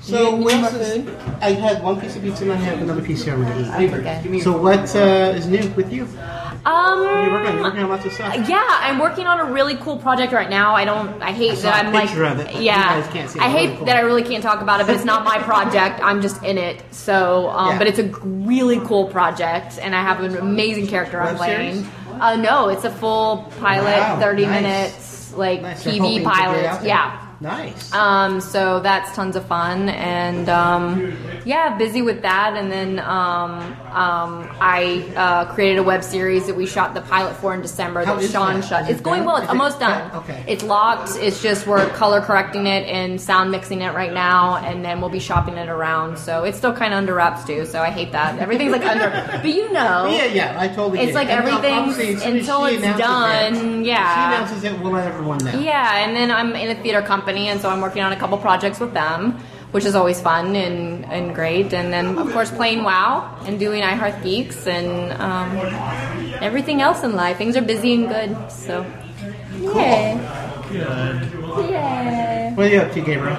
Speaker 2: So what else is, I had one piece of pizza and I have another piece here I'm gonna eat.
Speaker 8: okay.
Speaker 2: So what uh, is new with you? You're working, you're
Speaker 8: Um.
Speaker 2: working on lots of stuff.
Speaker 8: Yeah, I'm working on a really cool project right now. I don't. I hate
Speaker 2: saw
Speaker 8: that
Speaker 2: a
Speaker 8: I'm like.
Speaker 2: picture of it, but you
Speaker 8: yeah,
Speaker 2: guys can't see it.
Speaker 8: I hate
Speaker 2: Really cool.
Speaker 8: that I really can't talk about it, but it's not my project. I'm just in it. So, um,
Speaker 2: Yeah.
Speaker 8: but it's a g- really cool project, and I have an amazing character I'm
Speaker 2: Web
Speaker 8: playing.
Speaker 2: series?
Speaker 8: Uh, no, it's a full pilot,
Speaker 2: Wow,
Speaker 8: 30
Speaker 2: nice.
Speaker 8: minutes, like
Speaker 2: Nice, they're hoping
Speaker 8: TV
Speaker 2: to get it out
Speaker 8: pilot.
Speaker 2: there.
Speaker 8: Yeah.
Speaker 2: Nice.
Speaker 8: Um, so that's tons of fun, and um, yeah, busy with that. And then um, um, I uh, created a web series that we shot the pilot for in December
Speaker 2: How
Speaker 8: that
Speaker 2: is
Speaker 8: Sean
Speaker 2: that?
Speaker 8: shot.
Speaker 2: Is
Speaker 8: it's
Speaker 2: it
Speaker 8: going
Speaker 2: done?
Speaker 8: well. It's
Speaker 2: Is it
Speaker 8: almost done.
Speaker 2: done? Okay.
Speaker 8: It's locked. It's just we're color correcting it and sound mixing it right now, and then we'll be shopping it around. So it's still kind of under wraps too. So I hate that everything's like under. But you know,
Speaker 2: yeah, yeah, I totally.
Speaker 8: it's
Speaker 2: get it.
Speaker 8: like
Speaker 2: And now,
Speaker 8: everything's-
Speaker 2: obviously, as soon as
Speaker 8: until
Speaker 2: she
Speaker 8: it's
Speaker 2: announces
Speaker 8: done,
Speaker 2: it, when
Speaker 8: yeah.
Speaker 2: She announces it. We'll let everyone know.
Speaker 8: yeah, and then I'm in a theater company, and so I'm working on a couple projects with them, which is always fun and, and great. And then, of course, playing WoW and doing iHeart Geeks and um, everything else in life. Things are busy and good, so. Yay. Yay.
Speaker 2: What are you up to, Gabriel?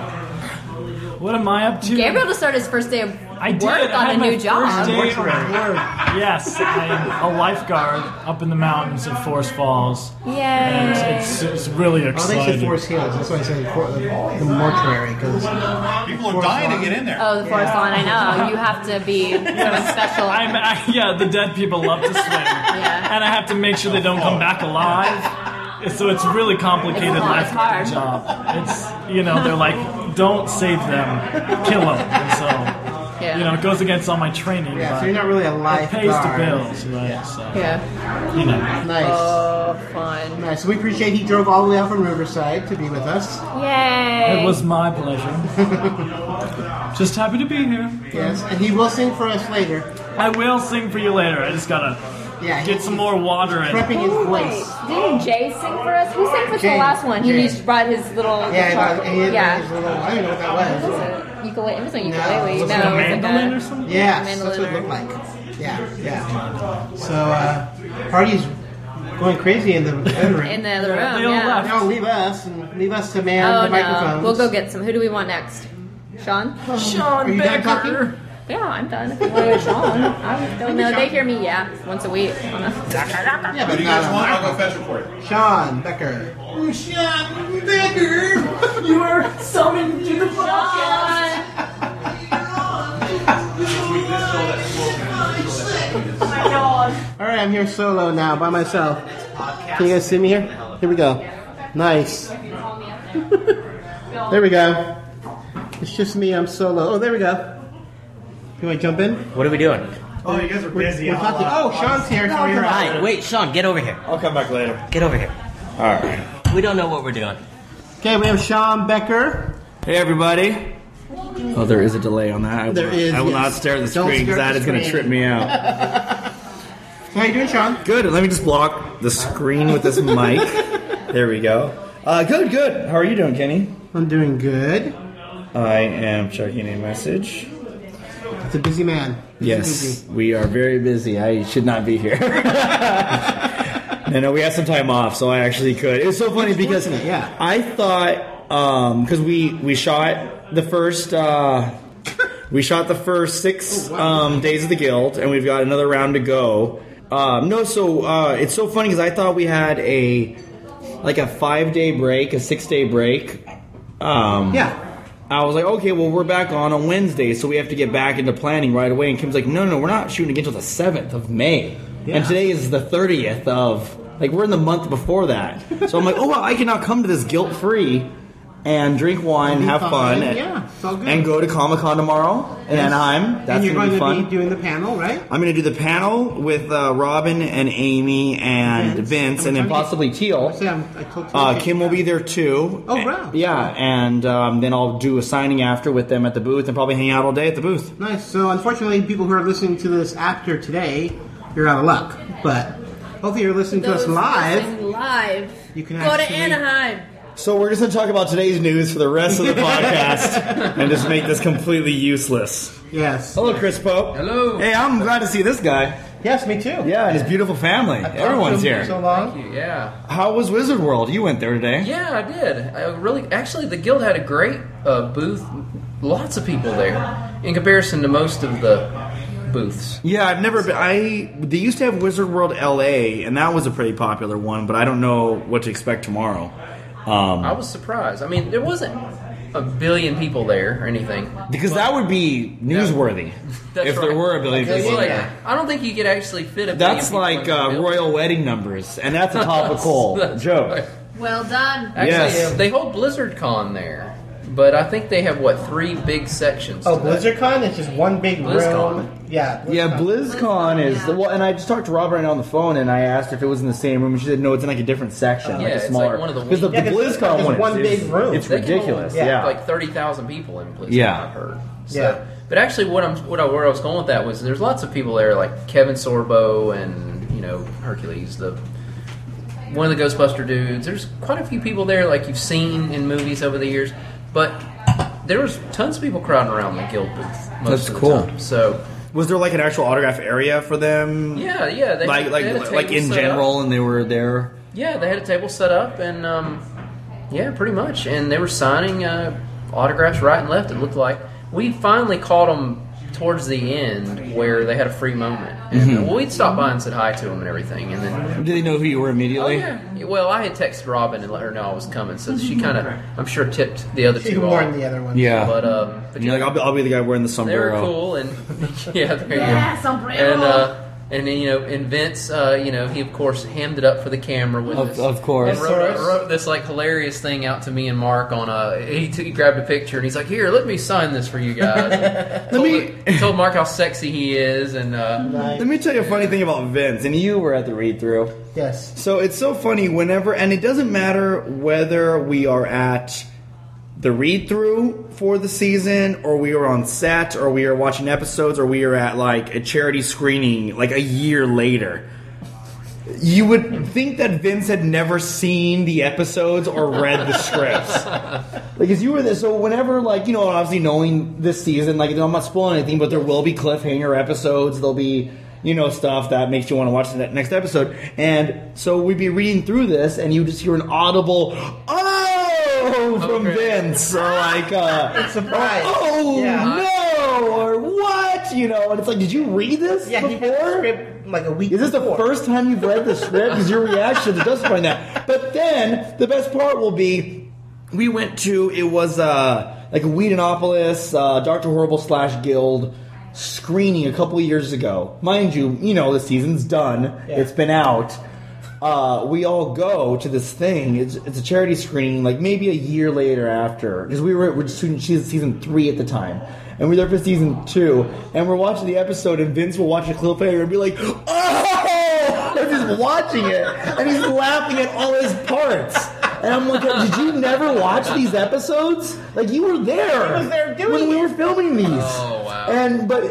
Speaker 9: What am I up to?
Speaker 8: Gabriel just started his first day of
Speaker 9: I did.
Speaker 8: work
Speaker 9: I
Speaker 8: on
Speaker 9: had
Speaker 8: a
Speaker 9: my
Speaker 8: new job.
Speaker 9: First day
Speaker 2: Work
Speaker 9: of
Speaker 2: around.
Speaker 9: work. Yes, I'm a lifeguard up in the mountains of Forest Falls. And
Speaker 8: Yay.
Speaker 9: it's, it's really
Speaker 2: Oh, they said
Speaker 9: exciting.
Speaker 2: Forest Hills. That's why I said for, the mortuary because
Speaker 6: People are dying to get in there.
Speaker 8: Oh, the forest lawn, I know. You have to be someone special.
Speaker 9: I'm, I, yeah, the dead people love to swim, and I have to make sure they don't come back alive. So it's really complicated
Speaker 8: It's hard. It's
Speaker 9: lifeguard
Speaker 8: hard.
Speaker 9: job. It's you know they're like, don't save them, kill them. And so
Speaker 8: Yeah.
Speaker 9: you know it goes against all my training.
Speaker 2: yeah,
Speaker 9: but
Speaker 2: so you're not really a
Speaker 9: it pays the
Speaker 2: lifeguard.
Speaker 9: bills, right? So
Speaker 8: yeah.
Speaker 9: you know,
Speaker 2: Nice.
Speaker 9: Uh,
Speaker 8: Oh, fun.
Speaker 2: Nice. We appreciate he drove all the way out from Riverside to be with us.
Speaker 8: Yay.
Speaker 9: it was my pleasure. Just happy to be here.
Speaker 2: Yes, and he will sing for us later.
Speaker 9: I will sing for you later. I just gotta
Speaker 2: Yeah,
Speaker 9: get
Speaker 2: he-
Speaker 9: some more water in.
Speaker 2: Prepping his
Speaker 8: Wait,
Speaker 2: voice.
Speaker 8: didn't Jay sing for us? Who sang for us the
Speaker 2: Jay.
Speaker 8: last one?
Speaker 2: Jay.
Speaker 8: He just brought his little
Speaker 2: Yeah,
Speaker 8: guitar.
Speaker 2: and he had his
Speaker 8: yeah.
Speaker 2: little. I don't know what that was.
Speaker 8: Ukulele. It was a
Speaker 2: No,
Speaker 8: ukulele.
Speaker 2: was it
Speaker 8: No,
Speaker 2: a
Speaker 8: it was like
Speaker 9: Mandolin or something?
Speaker 2: Yes, that's what it
Speaker 8: Mandolin
Speaker 2: looked
Speaker 8: or-
Speaker 2: like. Yeah, yeah. So, uh, party's
Speaker 11: going crazy in the other room.
Speaker 8: In the other room,
Speaker 11: They all
Speaker 8: yeah.
Speaker 11: left. They all leave us and leave us to man
Speaker 8: oh
Speaker 11: the
Speaker 8: no,
Speaker 11: microphones.
Speaker 8: we'll go get some. Who do we want next? Sean.
Speaker 11: Sean Are you done Baker. talking?
Speaker 8: Yeah, I'm done. If you want to go, Sean. I
Speaker 11: Don't
Speaker 8: don't know.
Speaker 11: be
Speaker 8: They
Speaker 11: Sean.
Speaker 8: hear me, yeah, once a week. On a-
Speaker 11: Yeah, but not on
Speaker 6: I'll go fetch it for you.
Speaker 11: Sean Becker.
Speaker 1: Oh, Sean Becker, you are summoned to the podcast.
Speaker 11: All right, I'm here solo now by myself. Can you guys see me here? Here we go. Nice. There we go. It's just me. I'm solo. Oh, there we go. You want to jump in?
Speaker 12: What are we doing?
Speaker 11: Oh, you guys are busy. We're,
Speaker 7: I'll,
Speaker 11: talking.
Speaker 7: uh,
Speaker 11: Oh, Sean's here. So you're
Speaker 12: Hi, wait, Sean, get over here.
Speaker 7: I'll come back later.
Speaker 12: Get over here.
Speaker 7: All right.
Speaker 12: We don't know what we're doing.
Speaker 11: Okay, we have Sean Becker.
Speaker 13: Hey everybody! Oh, there is a delay on that. I will
Speaker 11: There
Speaker 13: not-
Speaker 11: is,
Speaker 13: I will
Speaker 11: yes.
Speaker 13: not stare at the
Speaker 11: Don't
Speaker 13: screen
Speaker 11: stare
Speaker 13: because
Speaker 11: at
Speaker 13: that
Speaker 11: the
Speaker 13: is going to
Speaker 11: screen.
Speaker 13: trip me out.
Speaker 11: How you doing, Sean?
Speaker 13: Good. Let me just block the screen with this mic. there we go. Uh, good, good. How are you doing, Kenny?
Speaker 11: I'm doing good.
Speaker 13: I am checking a message.
Speaker 11: It's a busy man.
Speaker 13: Yes, we are very busy. I should not be here. no, no, we had some time off, so I actually could. It was so funny because yeah. I thought because we we shot the first uh, we shot the first six um, days of the guild, and we've got another round to go. Um, no, so uh, it's so funny because I thought we had a like a five day break, a six day break. Um,
Speaker 11: yeah.
Speaker 13: I was like, okay, well, we're back on on Wednesday, so we have to get back into planning right away. And Kim's like, no, no, we're not shooting again until the 7th of May.
Speaker 11: Yeah.
Speaker 13: And today is the 30th of, like, we're in the month before that. So I'm like, oh, wow, I can now come to this guilt free and drink wine,
Speaker 11: Be
Speaker 13: have fun, and,
Speaker 11: Yeah, it's all good.
Speaker 13: and go to Comic Con tomorrow in
Speaker 11: Yes.
Speaker 13: Anaheim. That's
Speaker 11: and you're
Speaker 13: gonna
Speaker 11: going
Speaker 13: be fun.
Speaker 11: to be doing the panel, right?
Speaker 13: I'm going to do the panel with uh, Robin and Amy and Vince, and then possibly Teal. Uh, Kim will be there too.
Speaker 11: Oh, wow.
Speaker 13: Yeah, and um, then I'll do a signing after with them at the booth and probably hang out all day at the booth.
Speaker 11: Nice. So, unfortunately, people who are listening to this after today, you're out of luck. But hopefully, you're listening to us live.
Speaker 3: Live.
Speaker 11: You can
Speaker 3: Go to
Speaker 11: actually-
Speaker 3: Anaheim.
Speaker 13: So we're just going to talk about today's news for the rest of the podcast and just make this completely useless.
Speaker 11: Yes.
Speaker 13: Hello, Chris Pope. Hello. Hey, I'm glad to see this guy.
Speaker 11: Yes, me too.
Speaker 13: Yeah, and his beautiful family. Everyone's here.
Speaker 11: long.
Speaker 5: Yeah.
Speaker 13: How was Wizard World? You went there today.
Speaker 5: Yeah, I did. I really, actually, the guild had a great uh, booth. Lots of people there, in comparison to most of the booths.
Speaker 13: Yeah, I've never been. I they used to have Wizard World LA, and that was a pretty popular one, but I don't know what to expect tomorrow. Um,
Speaker 5: I was surprised. I mean, there wasn't a billion people there or anything.
Speaker 13: because that would be newsworthy
Speaker 5: That's
Speaker 13: if there
Speaker 5: right.
Speaker 13: were a billion
Speaker 5: It's
Speaker 13: people.
Speaker 5: like, I don't think you could actually fit a.
Speaker 13: That's
Speaker 5: billion
Speaker 13: like uh, royal wedding numbers, and that's a topical joke.
Speaker 4: Well done.
Speaker 5: Actually, uh,
Speaker 13: Yes.
Speaker 5: they hold Blizzard Con there, but I think they have what three big sections.
Speaker 11: Oh,
Speaker 5: to that.
Speaker 11: BlizzCon is just one big
Speaker 5: BlizzCon.
Speaker 11: room. Yeah.
Speaker 13: Yeah, BlizzCon is well, and I just talked to Rob right now on the phone, and I asked if it was in the same room, and she said no, it's in like a different section, like
Speaker 5: yeah,
Speaker 13: a
Speaker 5: it's
Speaker 13: smaller.
Speaker 5: like one of the
Speaker 13: because the,
Speaker 5: wings.
Speaker 13: the BlizzCon one, is- is- It's
Speaker 5: They can
Speaker 13: ridiculous.
Speaker 5: hold,
Speaker 13: yeah.
Speaker 5: like thirty thousand people in BlizzCon.
Speaker 13: Yeah.
Speaker 5: I've heard.
Speaker 11: Yeah.
Speaker 5: But actually, what I'm what I, where I was going with that was there's lots of people there, like Kevin Sorbo and you know Hercules, the one of the Ghostbuster dudes. There's quite a few people there, like you've seen in movies over the years. But there was tons of people crowding around the guild booth. Most
Speaker 13: That's
Speaker 5: of the
Speaker 13: cool.
Speaker 5: Time. So
Speaker 13: Was there like an actual autograph area for them?
Speaker 5: Yeah, yeah, they-
Speaker 13: like
Speaker 5: they had a
Speaker 13: like like
Speaker 5: table
Speaker 13: in
Speaker 5: set up.
Speaker 13: general, and they were there.
Speaker 5: yeah, they had a table set up, and um, yeah, pretty much. And they were signing uh, autographs right and left. It looked like we finally caught them towards the end where they had a free moment. And,
Speaker 13: Mhm.
Speaker 5: well, we'd stop by and said hi to them and everything, and then
Speaker 13: Did they know who you were immediately?
Speaker 5: Oh, yeah. Well, I had texted Robin and let her know I was coming, so she kind of, I'm sure, tipped the other
Speaker 11: She
Speaker 5: two off.
Speaker 11: warned the other one.
Speaker 13: Yeah.
Speaker 5: But um,
Speaker 13: And you're like, I'll be, I'll be the guy wearing the
Speaker 5: they were
Speaker 13: sombrero.
Speaker 5: cool, and yeah, there
Speaker 4: Yeah,
Speaker 5: you go.
Speaker 4: sombrero.
Speaker 5: And uh, and then, you know, and Vince, uh, you know, he of course hammed it up for the camera with
Speaker 13: Of-
Speaker 5: us,
Speaker 13: of course.
Speaker 5: and wrote,
Speaker 13: Of course.
Speaker 5: wrote this like hilarious thing out to me and Mark on a. He, took he grabbed a picture and he's like, "Here, let me sign this for you guys." let told, me told Mark how sexy he is, and uh,
Speaker 13: Let me tell you a funny thing about Vince, and you were at the read through.
Speaker 11: Yes.
Speaker 13: So it's so funny whenever, and it doesn't matter whether we are at the read through for the season, or we are on set, or we are watching episodes, or we are at like a charity screening like a year later. You would think that Vince had never seen the episodes or read the scripts. Like, as you were there, so whenever, like, you know, obviously knowing this season, like, I'm not spoiling anything, but there will be cliffhanger episodes. There'll be you know, stuff that makes you want to watch the ne- next episode. And so we'd be reading through this, and you just hear an audible "Oh" from Vince, or like uh,
Speaker 11: surprise.
Speaker 13: "Oh
Speaker 11: Yeah.
Speaker 13: no," or "What?" You know, and it's like, did you read this? Yeah, before? script
Speaker 11: like a week.
Speaker 13: Is this the first time you've read the script? Is your reaction to justifying that? But then the best part will be we went to it was uh like a Weedonopolis, uh, Doctor Horrible slash Guild screening a couple years ago. Mind you, you know the season's done. It's been out. Uh, we all go to this thing. It's, it's a charity screening, like maybe a year later after, because we were we're just shooting season, season three at the time, and we we're there for season two, and we're watching the episode, and Vince will watch a clip later and be like, "Oh!" I'm just watching it, and he's laughing at all his parts. And I'm like, did you never watch these episodes? Like you were there.
Speaker 11: He was there doing
Speaker 13: when we were filming these.
Speaker 11: Oh, wow.
Speaker 13: And but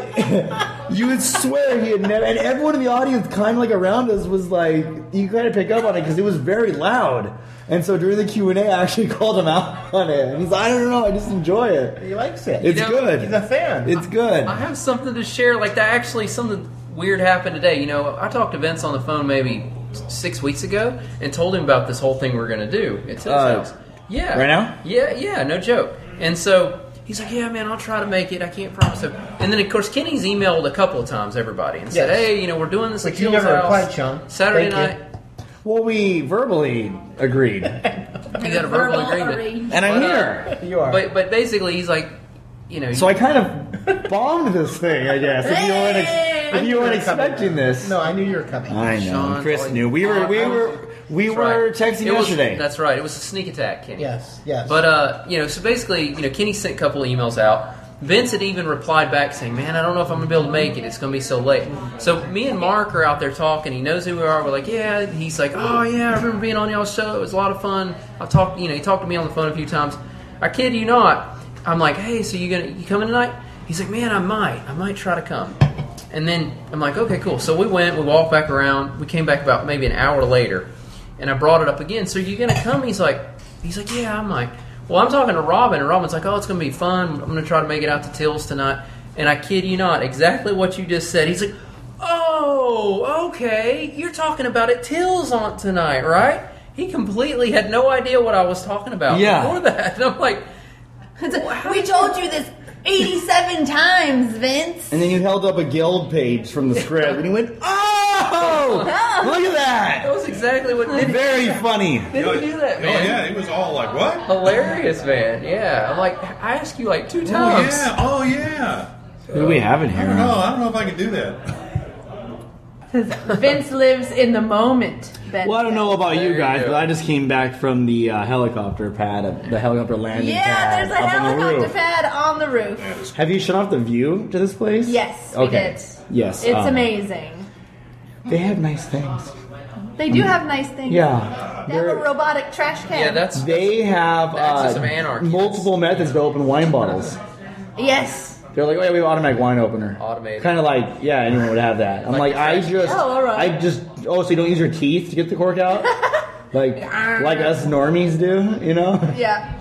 Speaker 13: you would swear he had never. And everyone in the audience, kind of like around us, was like, you kind of pick up on it because it was very loud. And so during the Q and A, I actually called him out on it. And he's like, I don't know, I just enjoy it.
Speaker 11: He likes it.
Speaker 13: It's
Speaker 5: You know,
Speaker 13: good.
Speaker 5: he's
Speaker 11: a fan.
Speaker 13: It's good.
Speaker 5: I have something to share. Like that, actually, something weird happened today. You know, I talked to Vince on the phone maybe six weeks ago and told him about this whole thing we're going to do at his
Speaker 13: Uh,
Speaker 5: house. Yeah.
Speaker 13: right now?
Speaker 5: Yeah, yeah, no joke. And so he's like, "Yeah, man, I'll try to make it. I can't promise." Him. And then of course Kenny's emailed a couple of times everybody and said,
Speaker 11: Yes.
Speaker 5: "Hey, you know, we're doing this
Speaker 11: But
Speaker 5: at
Speaker 11: you
Speaker 5: Jill's
Speaker 11: never
Speaker 5: house
Speaker 11: replied, Sean.
Speaker 5: Saturday
Speaker 11: Thank
Speaker 5: night."
Speaker 13: Well, we verbally agreed, and
Speaker 5: You got a verbal
Speaker 11: Verbal
Speaker 5: agreement,
Speaker 11: arrangement.
Speaker 13: I'm
Speaker 5: But, uh,
Speaker 13: here. You
Speaker 5: But but basically, he's like, you know,
Speaker 13: So I kind of bombed this thing, I guess. If you weren't, ex- if you weren't expecting this,
Speaker 11: No, I knew you were coming.
Speaker 13: I know.
Speaker 5: Sean, oh,
Speaker 13: Chris knew. We were. We were. We
Speaker 5: That's
Speaker 13: were
Speaker 5: right.
Speaker 13: texting
Speaker 5: It was-
Speaker 13: yesterday.
Speaker 5: That's right. It was a sneak attack, Kenny.
Speaker 11: Yes, yes.
Speaker 5: But uh, you know, so basically, you know, Kenny sent a couple of emails out. Vince had even replied back saying, "Man, I don't know if I'm gonna be able to make it. It's gonna be so late." So me and Mark are out there talking. He knows who we are. We're like, "Yeah." He's like, "Oh yeah, I remember being on y'all's show. It was a lot of fun." I talked, you know, he talked to me on the phone a few times. I kid you not. I'm like, "Hey, so you gonna you coming tonight?" He's like, "Man, I might. I might try to come." And then I'm like, "Okay, cool." So we went. We walked back around. We came back about maybe an hour later and I brought it up again. So you're gonna come? He's like, he's like, yeah. I'm like, well, I'm talking to Robin, and Robin's like, oh, it's gonna be fun. I'm gonna try to make it out to Tills tonight. And I kid you not, exactly what you just said. He's like, oh, okay, you're talking about it Tills on tonight, right? He completely had no idea what I was talking about
Speaker 13: Yeah.
Speaker 5: before that, and I'm like,
Speaker 4: It's like, we told you this 87 times, Vince.
Speaker 13: And then you held up a guild page from the script, and you went, "Oh, look at that!"
Speaker 5: That was exactly what.
Speaker 13: Very funny.
Speaker 5: Did we do that, man?
Speaker 6: Oh,
Speaker 5: Oh,
Speaker 6: yeah, it was all like what?
Speaker 5: Hilarious, man. Yeah, I'm like, I asked you like two times.
Speaker 6: yeah. Oh yeah.
Speaker 13: Who do we have in here?
Speaker 6: I don't know. I don't know if I can do that.
Speaker 4: Vince lives in the moment. Ben.
Speaker 13: Well, I don't know about you
Speaker 5: you
Speaker 13: guys,
Speaker 5: go.
Speaker 13: but I just came back from the uh, helicopter pad, of the helicopter landing
Speaker 4: Yeah,
Speaker 13: pad
Speaker 4: there's a
Speaker 13: up on the
Speaker 4: helicopter
Speaker 13: roof.
Speaker 4: pad on the roof.
Speaker 13: Have you shut off the view to this place?
Speaker 4: Yes, we
Speaker 13: Okay.
Speaker 4: did.
Speaker 13: Yes.
Speaker 4: It's
Speaker 13: um,
Speaker 4: amazing.
Speaker 13: They have nice things.
Speaker 4: They do have nice things.
Speaker 13: Yeah.
Speaker 4: They have a robotic trash can.
Speaker 5: Yeah, that's
Speaker 13: They have
Speaker 5: That's some
Speaker 13: uh,
Speaker 5: anarchy.
Speaker 13: multiple methods to open wine bottles.
Speaker 4: Yes.
Speaker 13: They're like, oh yeah, we have automatic wine opener.
Speaker 5: Automated.
Speaker 13: Kind of like, yeah, anyone would have that. I'm like,
Speaker 5: Like
Speaker 13: I
Speaker 5: a
Speaker 13: just,
Speaker 4: Oh, all right.
Speaker 13: I just, oh, so you don't use your teeth to get the cork out, like, like us normies do, you know?
Speaker 4: Yeah.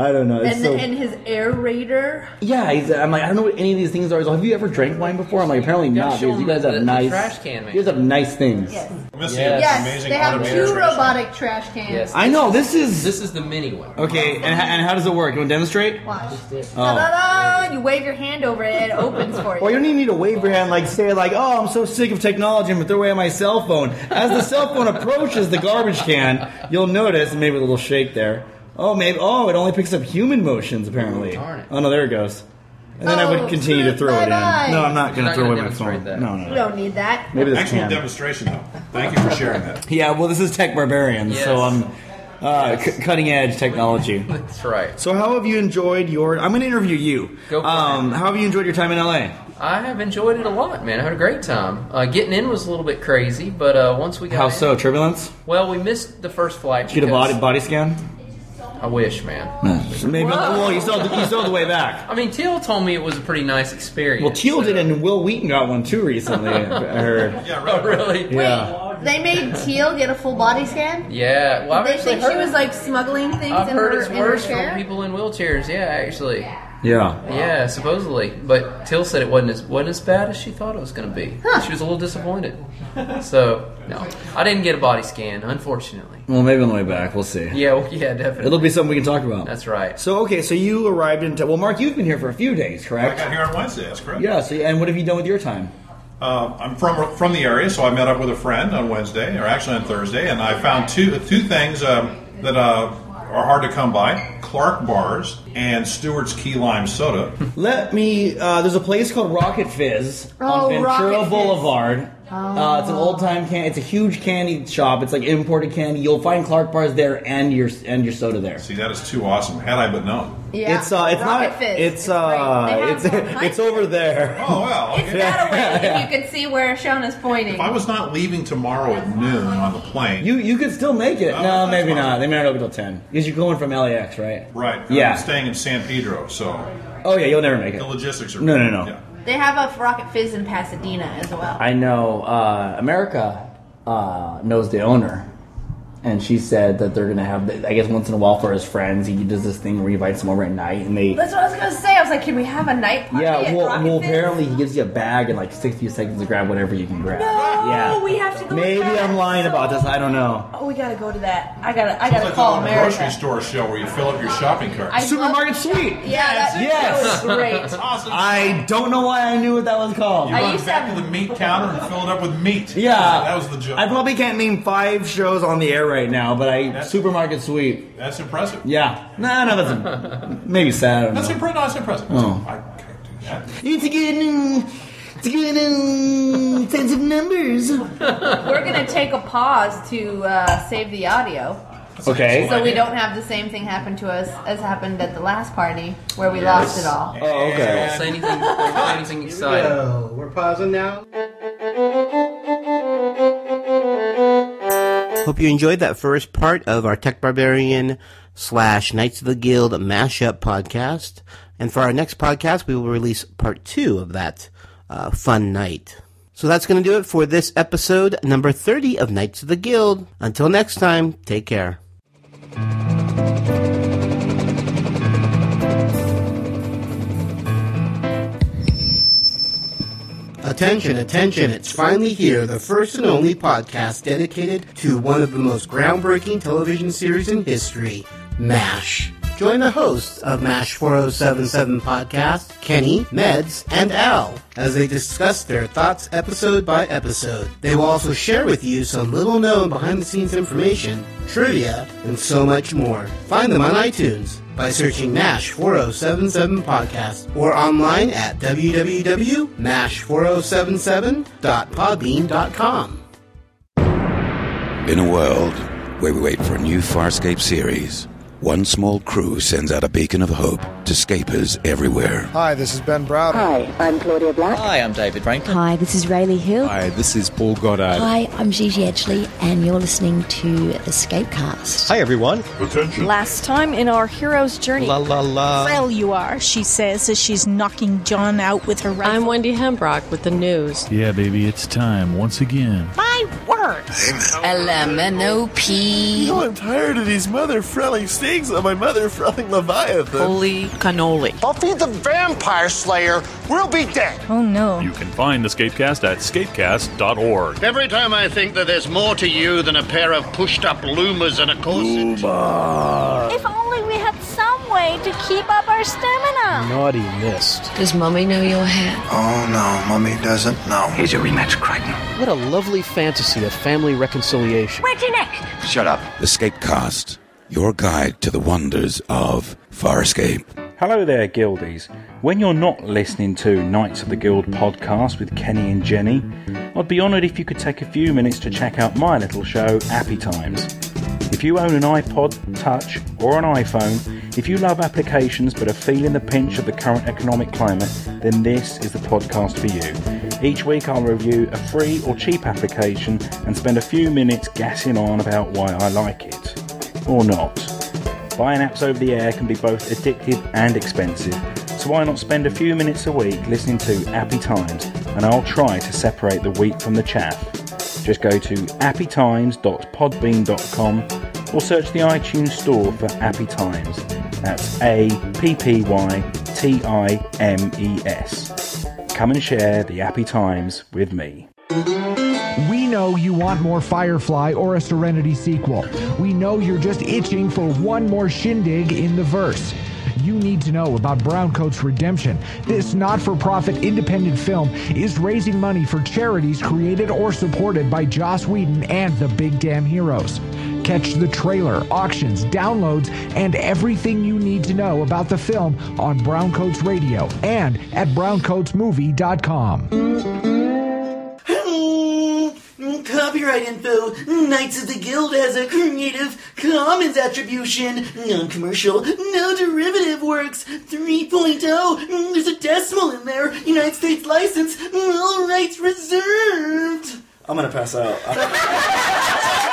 Speaker 13: I don't know. It's
Speaker 4: And,
Speaker 13: so,
Speaker 4: and his aerator.
Speaker 13: yeah, he's, I'm like, I don't know what any of these things are. He's like, have you ever drank wine before? I'm like, apparently
Speaker 5: Gotta
Speaker 13: not,
Speaker 5: show
Speaker 13: because you
Speaker 5: them
Speaker 13: guys
Speaker 5: the-
Speaker 13: have
Speaker 5: the
Speaker 13: nice,
Speaker 5: trash can, man.
Speaker 13: you guys have nice things.
Speaker 4: Yes.
Speaker 6: Missing
Speaker 5: Yes.
Speaker 6: yes.
Speaker 4: Yes.
Speaker 6: amazing
Speaker 4: They have
Speaker 6: automated
Speaker 4: two
Speaker 6: trash can.
Speaker 4: robotic trash cans.
Speaker 5: Yes.
Speaker 13: I know. This is
Speaker 5: This is the mini one.
Speaker 13: okay. And, and how does it work? You want to demonstrate?
Speaker 4: Watch.
Speaker 13: Oh.
Speaker 4: Da-da-da! You wave your hand over it, it opens for you.
Speaker 13: Well, you don't even need to wave your hand, like say, like, "Oh, I'm so sick of technology, I'm gonna throw away my cell phone." As the cell phone approaches the garbage can, you'll notice maybe a little shake there. Oh, maybe. Oh, it only picks up human motions apparently.
Speaker 5: darn it.
Speaker 13: Oh no, there it goes. And then I
Speaker 4: Oh,
Speaker 13: would continue to throw it in.
Speaker 4: bye-bye.
Speaker 13: No, I'm not
Speaker 5: You're
Speaker 13: gonna throw
Speaker 5: not gonna
Speaker 13: away my
Speaker 5: demonstrate
Speaker 13: phone.
Speaker 5: that.
Speaker 13: No, no.
Speaker 4: You don't need that.
Speaker 13: Maybe this
Speaker 6: Excellent
Speaker 13: can.
Speaker 6: demonstration, though. Thank you for sharing that.
Speaker 13: Yeah. Well, this is tech barbarians, so
Speaker 5: Yes.
Speaker 13: I'm uh, c- cutting edge technology.
Speaker 5: That's right.
Speaker 13: So, how have you enjoyed your? I'm gonna interview you.
Speaker 5: Go for it.
Speaker 13: um, How have you enjoyed your time in LA?
Speaker 5: I have enjoyed it a lot, man. I had a great time. Uh, getting in was a little bit crazy, but uh, once we got
Speaker 13: How
Speaker 5: in-
Speaker 13: so? Turbulence?
Speaker 5: Well, we missed the first flight.
Speaker 13: Did you get a
Speaker 5: because-
Speaker 13: body body scan?
Speaker 5: I wish, man.
Speaker 13: Maybe not- well, you still, you still the way back.
Speaker 5: I mean, Teal told me it was a pretty nice experience.
Speaker 13: Well, Teal did, and Will Wheaton got one too recently. I heard.
Speaker 6: Yeah,
Speaker 5: Oh,
Speaker 6: right.
Speaker 5: really?
Speaker 13: Yeah.
Speaker 4: They made Teal get a full body scan.
Speaker 5: Yeah. Well, I've
Speaker 4: they
Speaker 5: actually
Speaker 4: think
Speaker 5: heard,
Speaker 4: she was like smuggling things
Speaker 5: I've
Speaker 4: in
Speaker 5: heard
Speaker 4: her
Speaker 5: it's
Speaker 4: in her
Speaker 5: worse for
Speaker 4: chair.
Speaker 5: people in wheelchairs. Yeah, actually.
Speaker 13: Yeah.
Speaker 5: Yeah, supposedly. But Till said it wasn't as wasn't as bad as she thought it was going to be. She was a little disappointed. So no, I didn't get a body scan, unfortunately.
Speaker 13: Well, maybe on the way back, we'll see.
Speaker 5: Yeah, well, yeah, definitely.
Speaker 13: It'll be something we can talk about.
Speaker 5: That's right.
Speaker 13: So okay, so you arrived in. T- well, Mark, you've been here for a few days,
Speaker 6: I
Speaker 13: correct?
Speaker 6: got here on Wednesday. That's correct.
Speaker 13: Yeah. So, and what have you done with your time?
Speaker 6: Uh, I'm from from the area, so I met up with a friend on Wednesday, or actually on Thursday, and I found two two things um, that uh, are hard to come by: Clark bars and Stewart's Key Lime Soda.
Speaker 13: Let me. Uh, there's a place called Rocket Fizz
Speaker 6: Oh,
Speaker 13: on Ventura
Speaker 6: Rocket Fizz.
Speaker 13: Boulevard. Uh, it's an old time can. It's a huge candy shop. It's like imported candy. You'll find Clark bars there and your and your soda there.
Speaker 6: See, that is too awesome. Had I but known.
Speaker 4: Yeah.
Speaker 13: It's uh, it's
Speaker 4: Rocket
Speaker 13: not.
Speaker 4: Fizz.
Speaker 13: It's uh, it's it's, over there.
Speaker 6: Oh wow.
Speaker 4: It's that way. You can see where Shona's pointing.
Speaker 6: If I was not leaving tomorrow at noon on the plane,
Speaker 13: You you could still make it. no, maybe not. They may not open till ten because you're going from LAX, right?
Speaker 6: right? and
Speaker 13: Yeah.
Speaker 6: I'm staying in San Pedro, so
Speaker 13: Oh yeah, you'll never make it.
Speaker 6: the logistics are
Speaker 13: No, no, no.
Speaker 4: They have a Rocket Fizz in Pasadena as well.
Speaker 13: I know uh, America uh, knows the owner, and she said that they're gonna have. I guess once in a while for his friends, he does this thing where he invites them over at night, and they.
Speaker 4: That's what I was gonna say. I was like, can we have a night party
Speaker 13: Yeah,
Speaker 4: at
Speaker 13: well,
Speaker 4: Rocket
Speaker 13: well
Speaker 4: Fizz?
Speaker 13: apparently he gives you a bag in like 60 seconds to grab whatever you can grab.
Speaker 4: No,
Speaker 13: yeah.
Speaker 4: we have to go.
Speaker 13: Maybe
Speaker 4: to that.
Speaker 13: I'm lying about this. I don't know.
Speaker 4: Oh, we gotta go to that. I gotta. I
Speaker 6: Sounds
Speaker 4: gotta
Speaker 6: like
Speaker 4: call
Speaker 6: a
Speaker 4: America.
Speaker 6: grocery store show where you fill up your shopping cart.
Speaker 13: Supermarket sweet.
Speaker 4: Yeah, that
Speaker 13: Yes.
Speaker 4: that was great.
Speaker 13: I don't know why I knew what that was called.
Speaker 6: You went back to the meat counter and filled it up with meat.
Speaker 13: Yeah,
Speaker 6: that was the joke.
Speaker 13: I probably can't name five shows on the air right now, but I supermarket sweep.
Speaker 6: That's impressive.
Speaker 13: Yeah, no, no, that's maybe sad. I don't
Speaker 6: That's
Speaker 13: know.
Speaker 6: impressive. That's impressive.
Speaker 13: Oh.
Speaker 6: I can't do that.
Speaker 13: It's a good, um, it's a good um, sense of numbers.
Speaker 4: We're gonna take a pause to uh, save the audio.
Speaker 13: Okay.
Speaker 4: So we don't have the same thing happen to us as happened at the last party where we
Speaker 5: Yes.
Speaker 4: lost it all.
Speaker 13: Oh,
Speaker 5: okay. Don't say anything. Don't say anything exciting.
Speaker 11: So Oh, we're pausing now.
Speaker 2: Hope you enjoyed that first part of our Tech Barbarian slash Knights of the Guild mashup podcast. And for our next podcast, we will release part two of that uh, fun night. So that's going to do it for this episode number 30 of Knights of the Guild. Until next time, take care. Attention, attention, it's finally here, the first and only podcast dedicated to one of the most groundbreaking television series in history, MASH. Join the hosts of MASH 4077 podcast, Kenny, Meds, and Al, as they discuss their thoughts episode by episode. They will also share with you some little known behind the scenes information, trivia, and so much more. Find them on iTunes by searching MASH 4077 podcast or online at www.mash4077.podbean.com.
Speaker 14: In a world where we wait for a new Farscape series, one small crew sends out a beacon of hope to scapers everywhere.
Speaker 15: Hi, this is Ben Browder. Hi, I'm Claudia Black.
Speaker 12: Hi, I'm David Franklin.
Speaker 16: Hi, this is Rayleigh Hill.
Speaker 17: Hi, this is Paul Goddard.
Speaker 16: Hi, I'm Gigi Edgley, and you're listening to Escapecast.
Speaker 17: Hi, everyone. Attention.
Speaker 18: Last time in our hero's journey.
Speaker 17: La la la.
Speaker 18: Frail you are, she says as she's knocking John out with her rifle. I'm Wendy Hembrock with the news.
Speaker 19: Yeah, baby, it's time once again.
Speaker 18: My word!
Speaker 16: LMNOP.
Speaker 19: You know, I'm tired of these mother frelling stings on my mother frelling Leviathan.
Speaker 18: Holy cannoli.
Speaker 19: Buffy the Vampire Slayer will be dead.
Speaker 18: Oh no.
Speaker 19: You can find the Scapecast at scapecast.org.
Speaker 20: Every time I think that there's more to you than a pair of pushed up loomers and a corset.
Speaker 18: If only we had some way to keep up our stamina.
Speaker 20: Naughty mist.
Speaker 16: Does Mummy know your hair?
Speaker 15: Oh no, mummy doesn't know. Here's your rematch, Crichton.
Speaker 21: What a lovely fantasy of family reconciliation.
Speaker 18: Where's your neck?
Speaker 14: Shut up. The Scapecast, your guide to the wonders of Farscape.
Speaker 22: Hello there, Guildies. When you're not listening to Knights of the Guild podcast with Kenny and Jenny, I'd be honoured if you could take a few minutes to check out my little show, Appy Times. If you own an iPod Touch or an iPhone, if you love applications but are feeling the pinch of the current economic climate, then this is the podcast for you. Each week I'll review a free or cheap application and spend a few minutes gassing on about why I like it. Or not. Buying apps over the air can be both addictive and expensive, so why not spend a few minutes a week listening to Appy Times and I'll try to separate the wheat from the chaff. Just go to appytimes.podbean.com or search the iTunes store for Appy Times. That's A P P Y T I M E S. Come and share the happy times with me.
Speaker 15: We know you want more Firefly or a Serenity sequel. We know you're just itching for one more shindig in the verse. You need to know about Browncoat's Redemption. This not for profit independent film is raising money for charities created or supported by Joss Whedon and the Big Damn Heroes. Catch the trailer, auctions, downloads, and everything you need to know about the film on Browncoats Radio and at browncoatsmovie.com.
Speaker 1: Mm, Copyright info, Knights of the Guild has a Creative Commons attribution, non commercial, no derivative works 3.0. Mm, There's a decimal in there, United States license, mm, all rights reserved.
Speaker 23: I'm gonna pass out.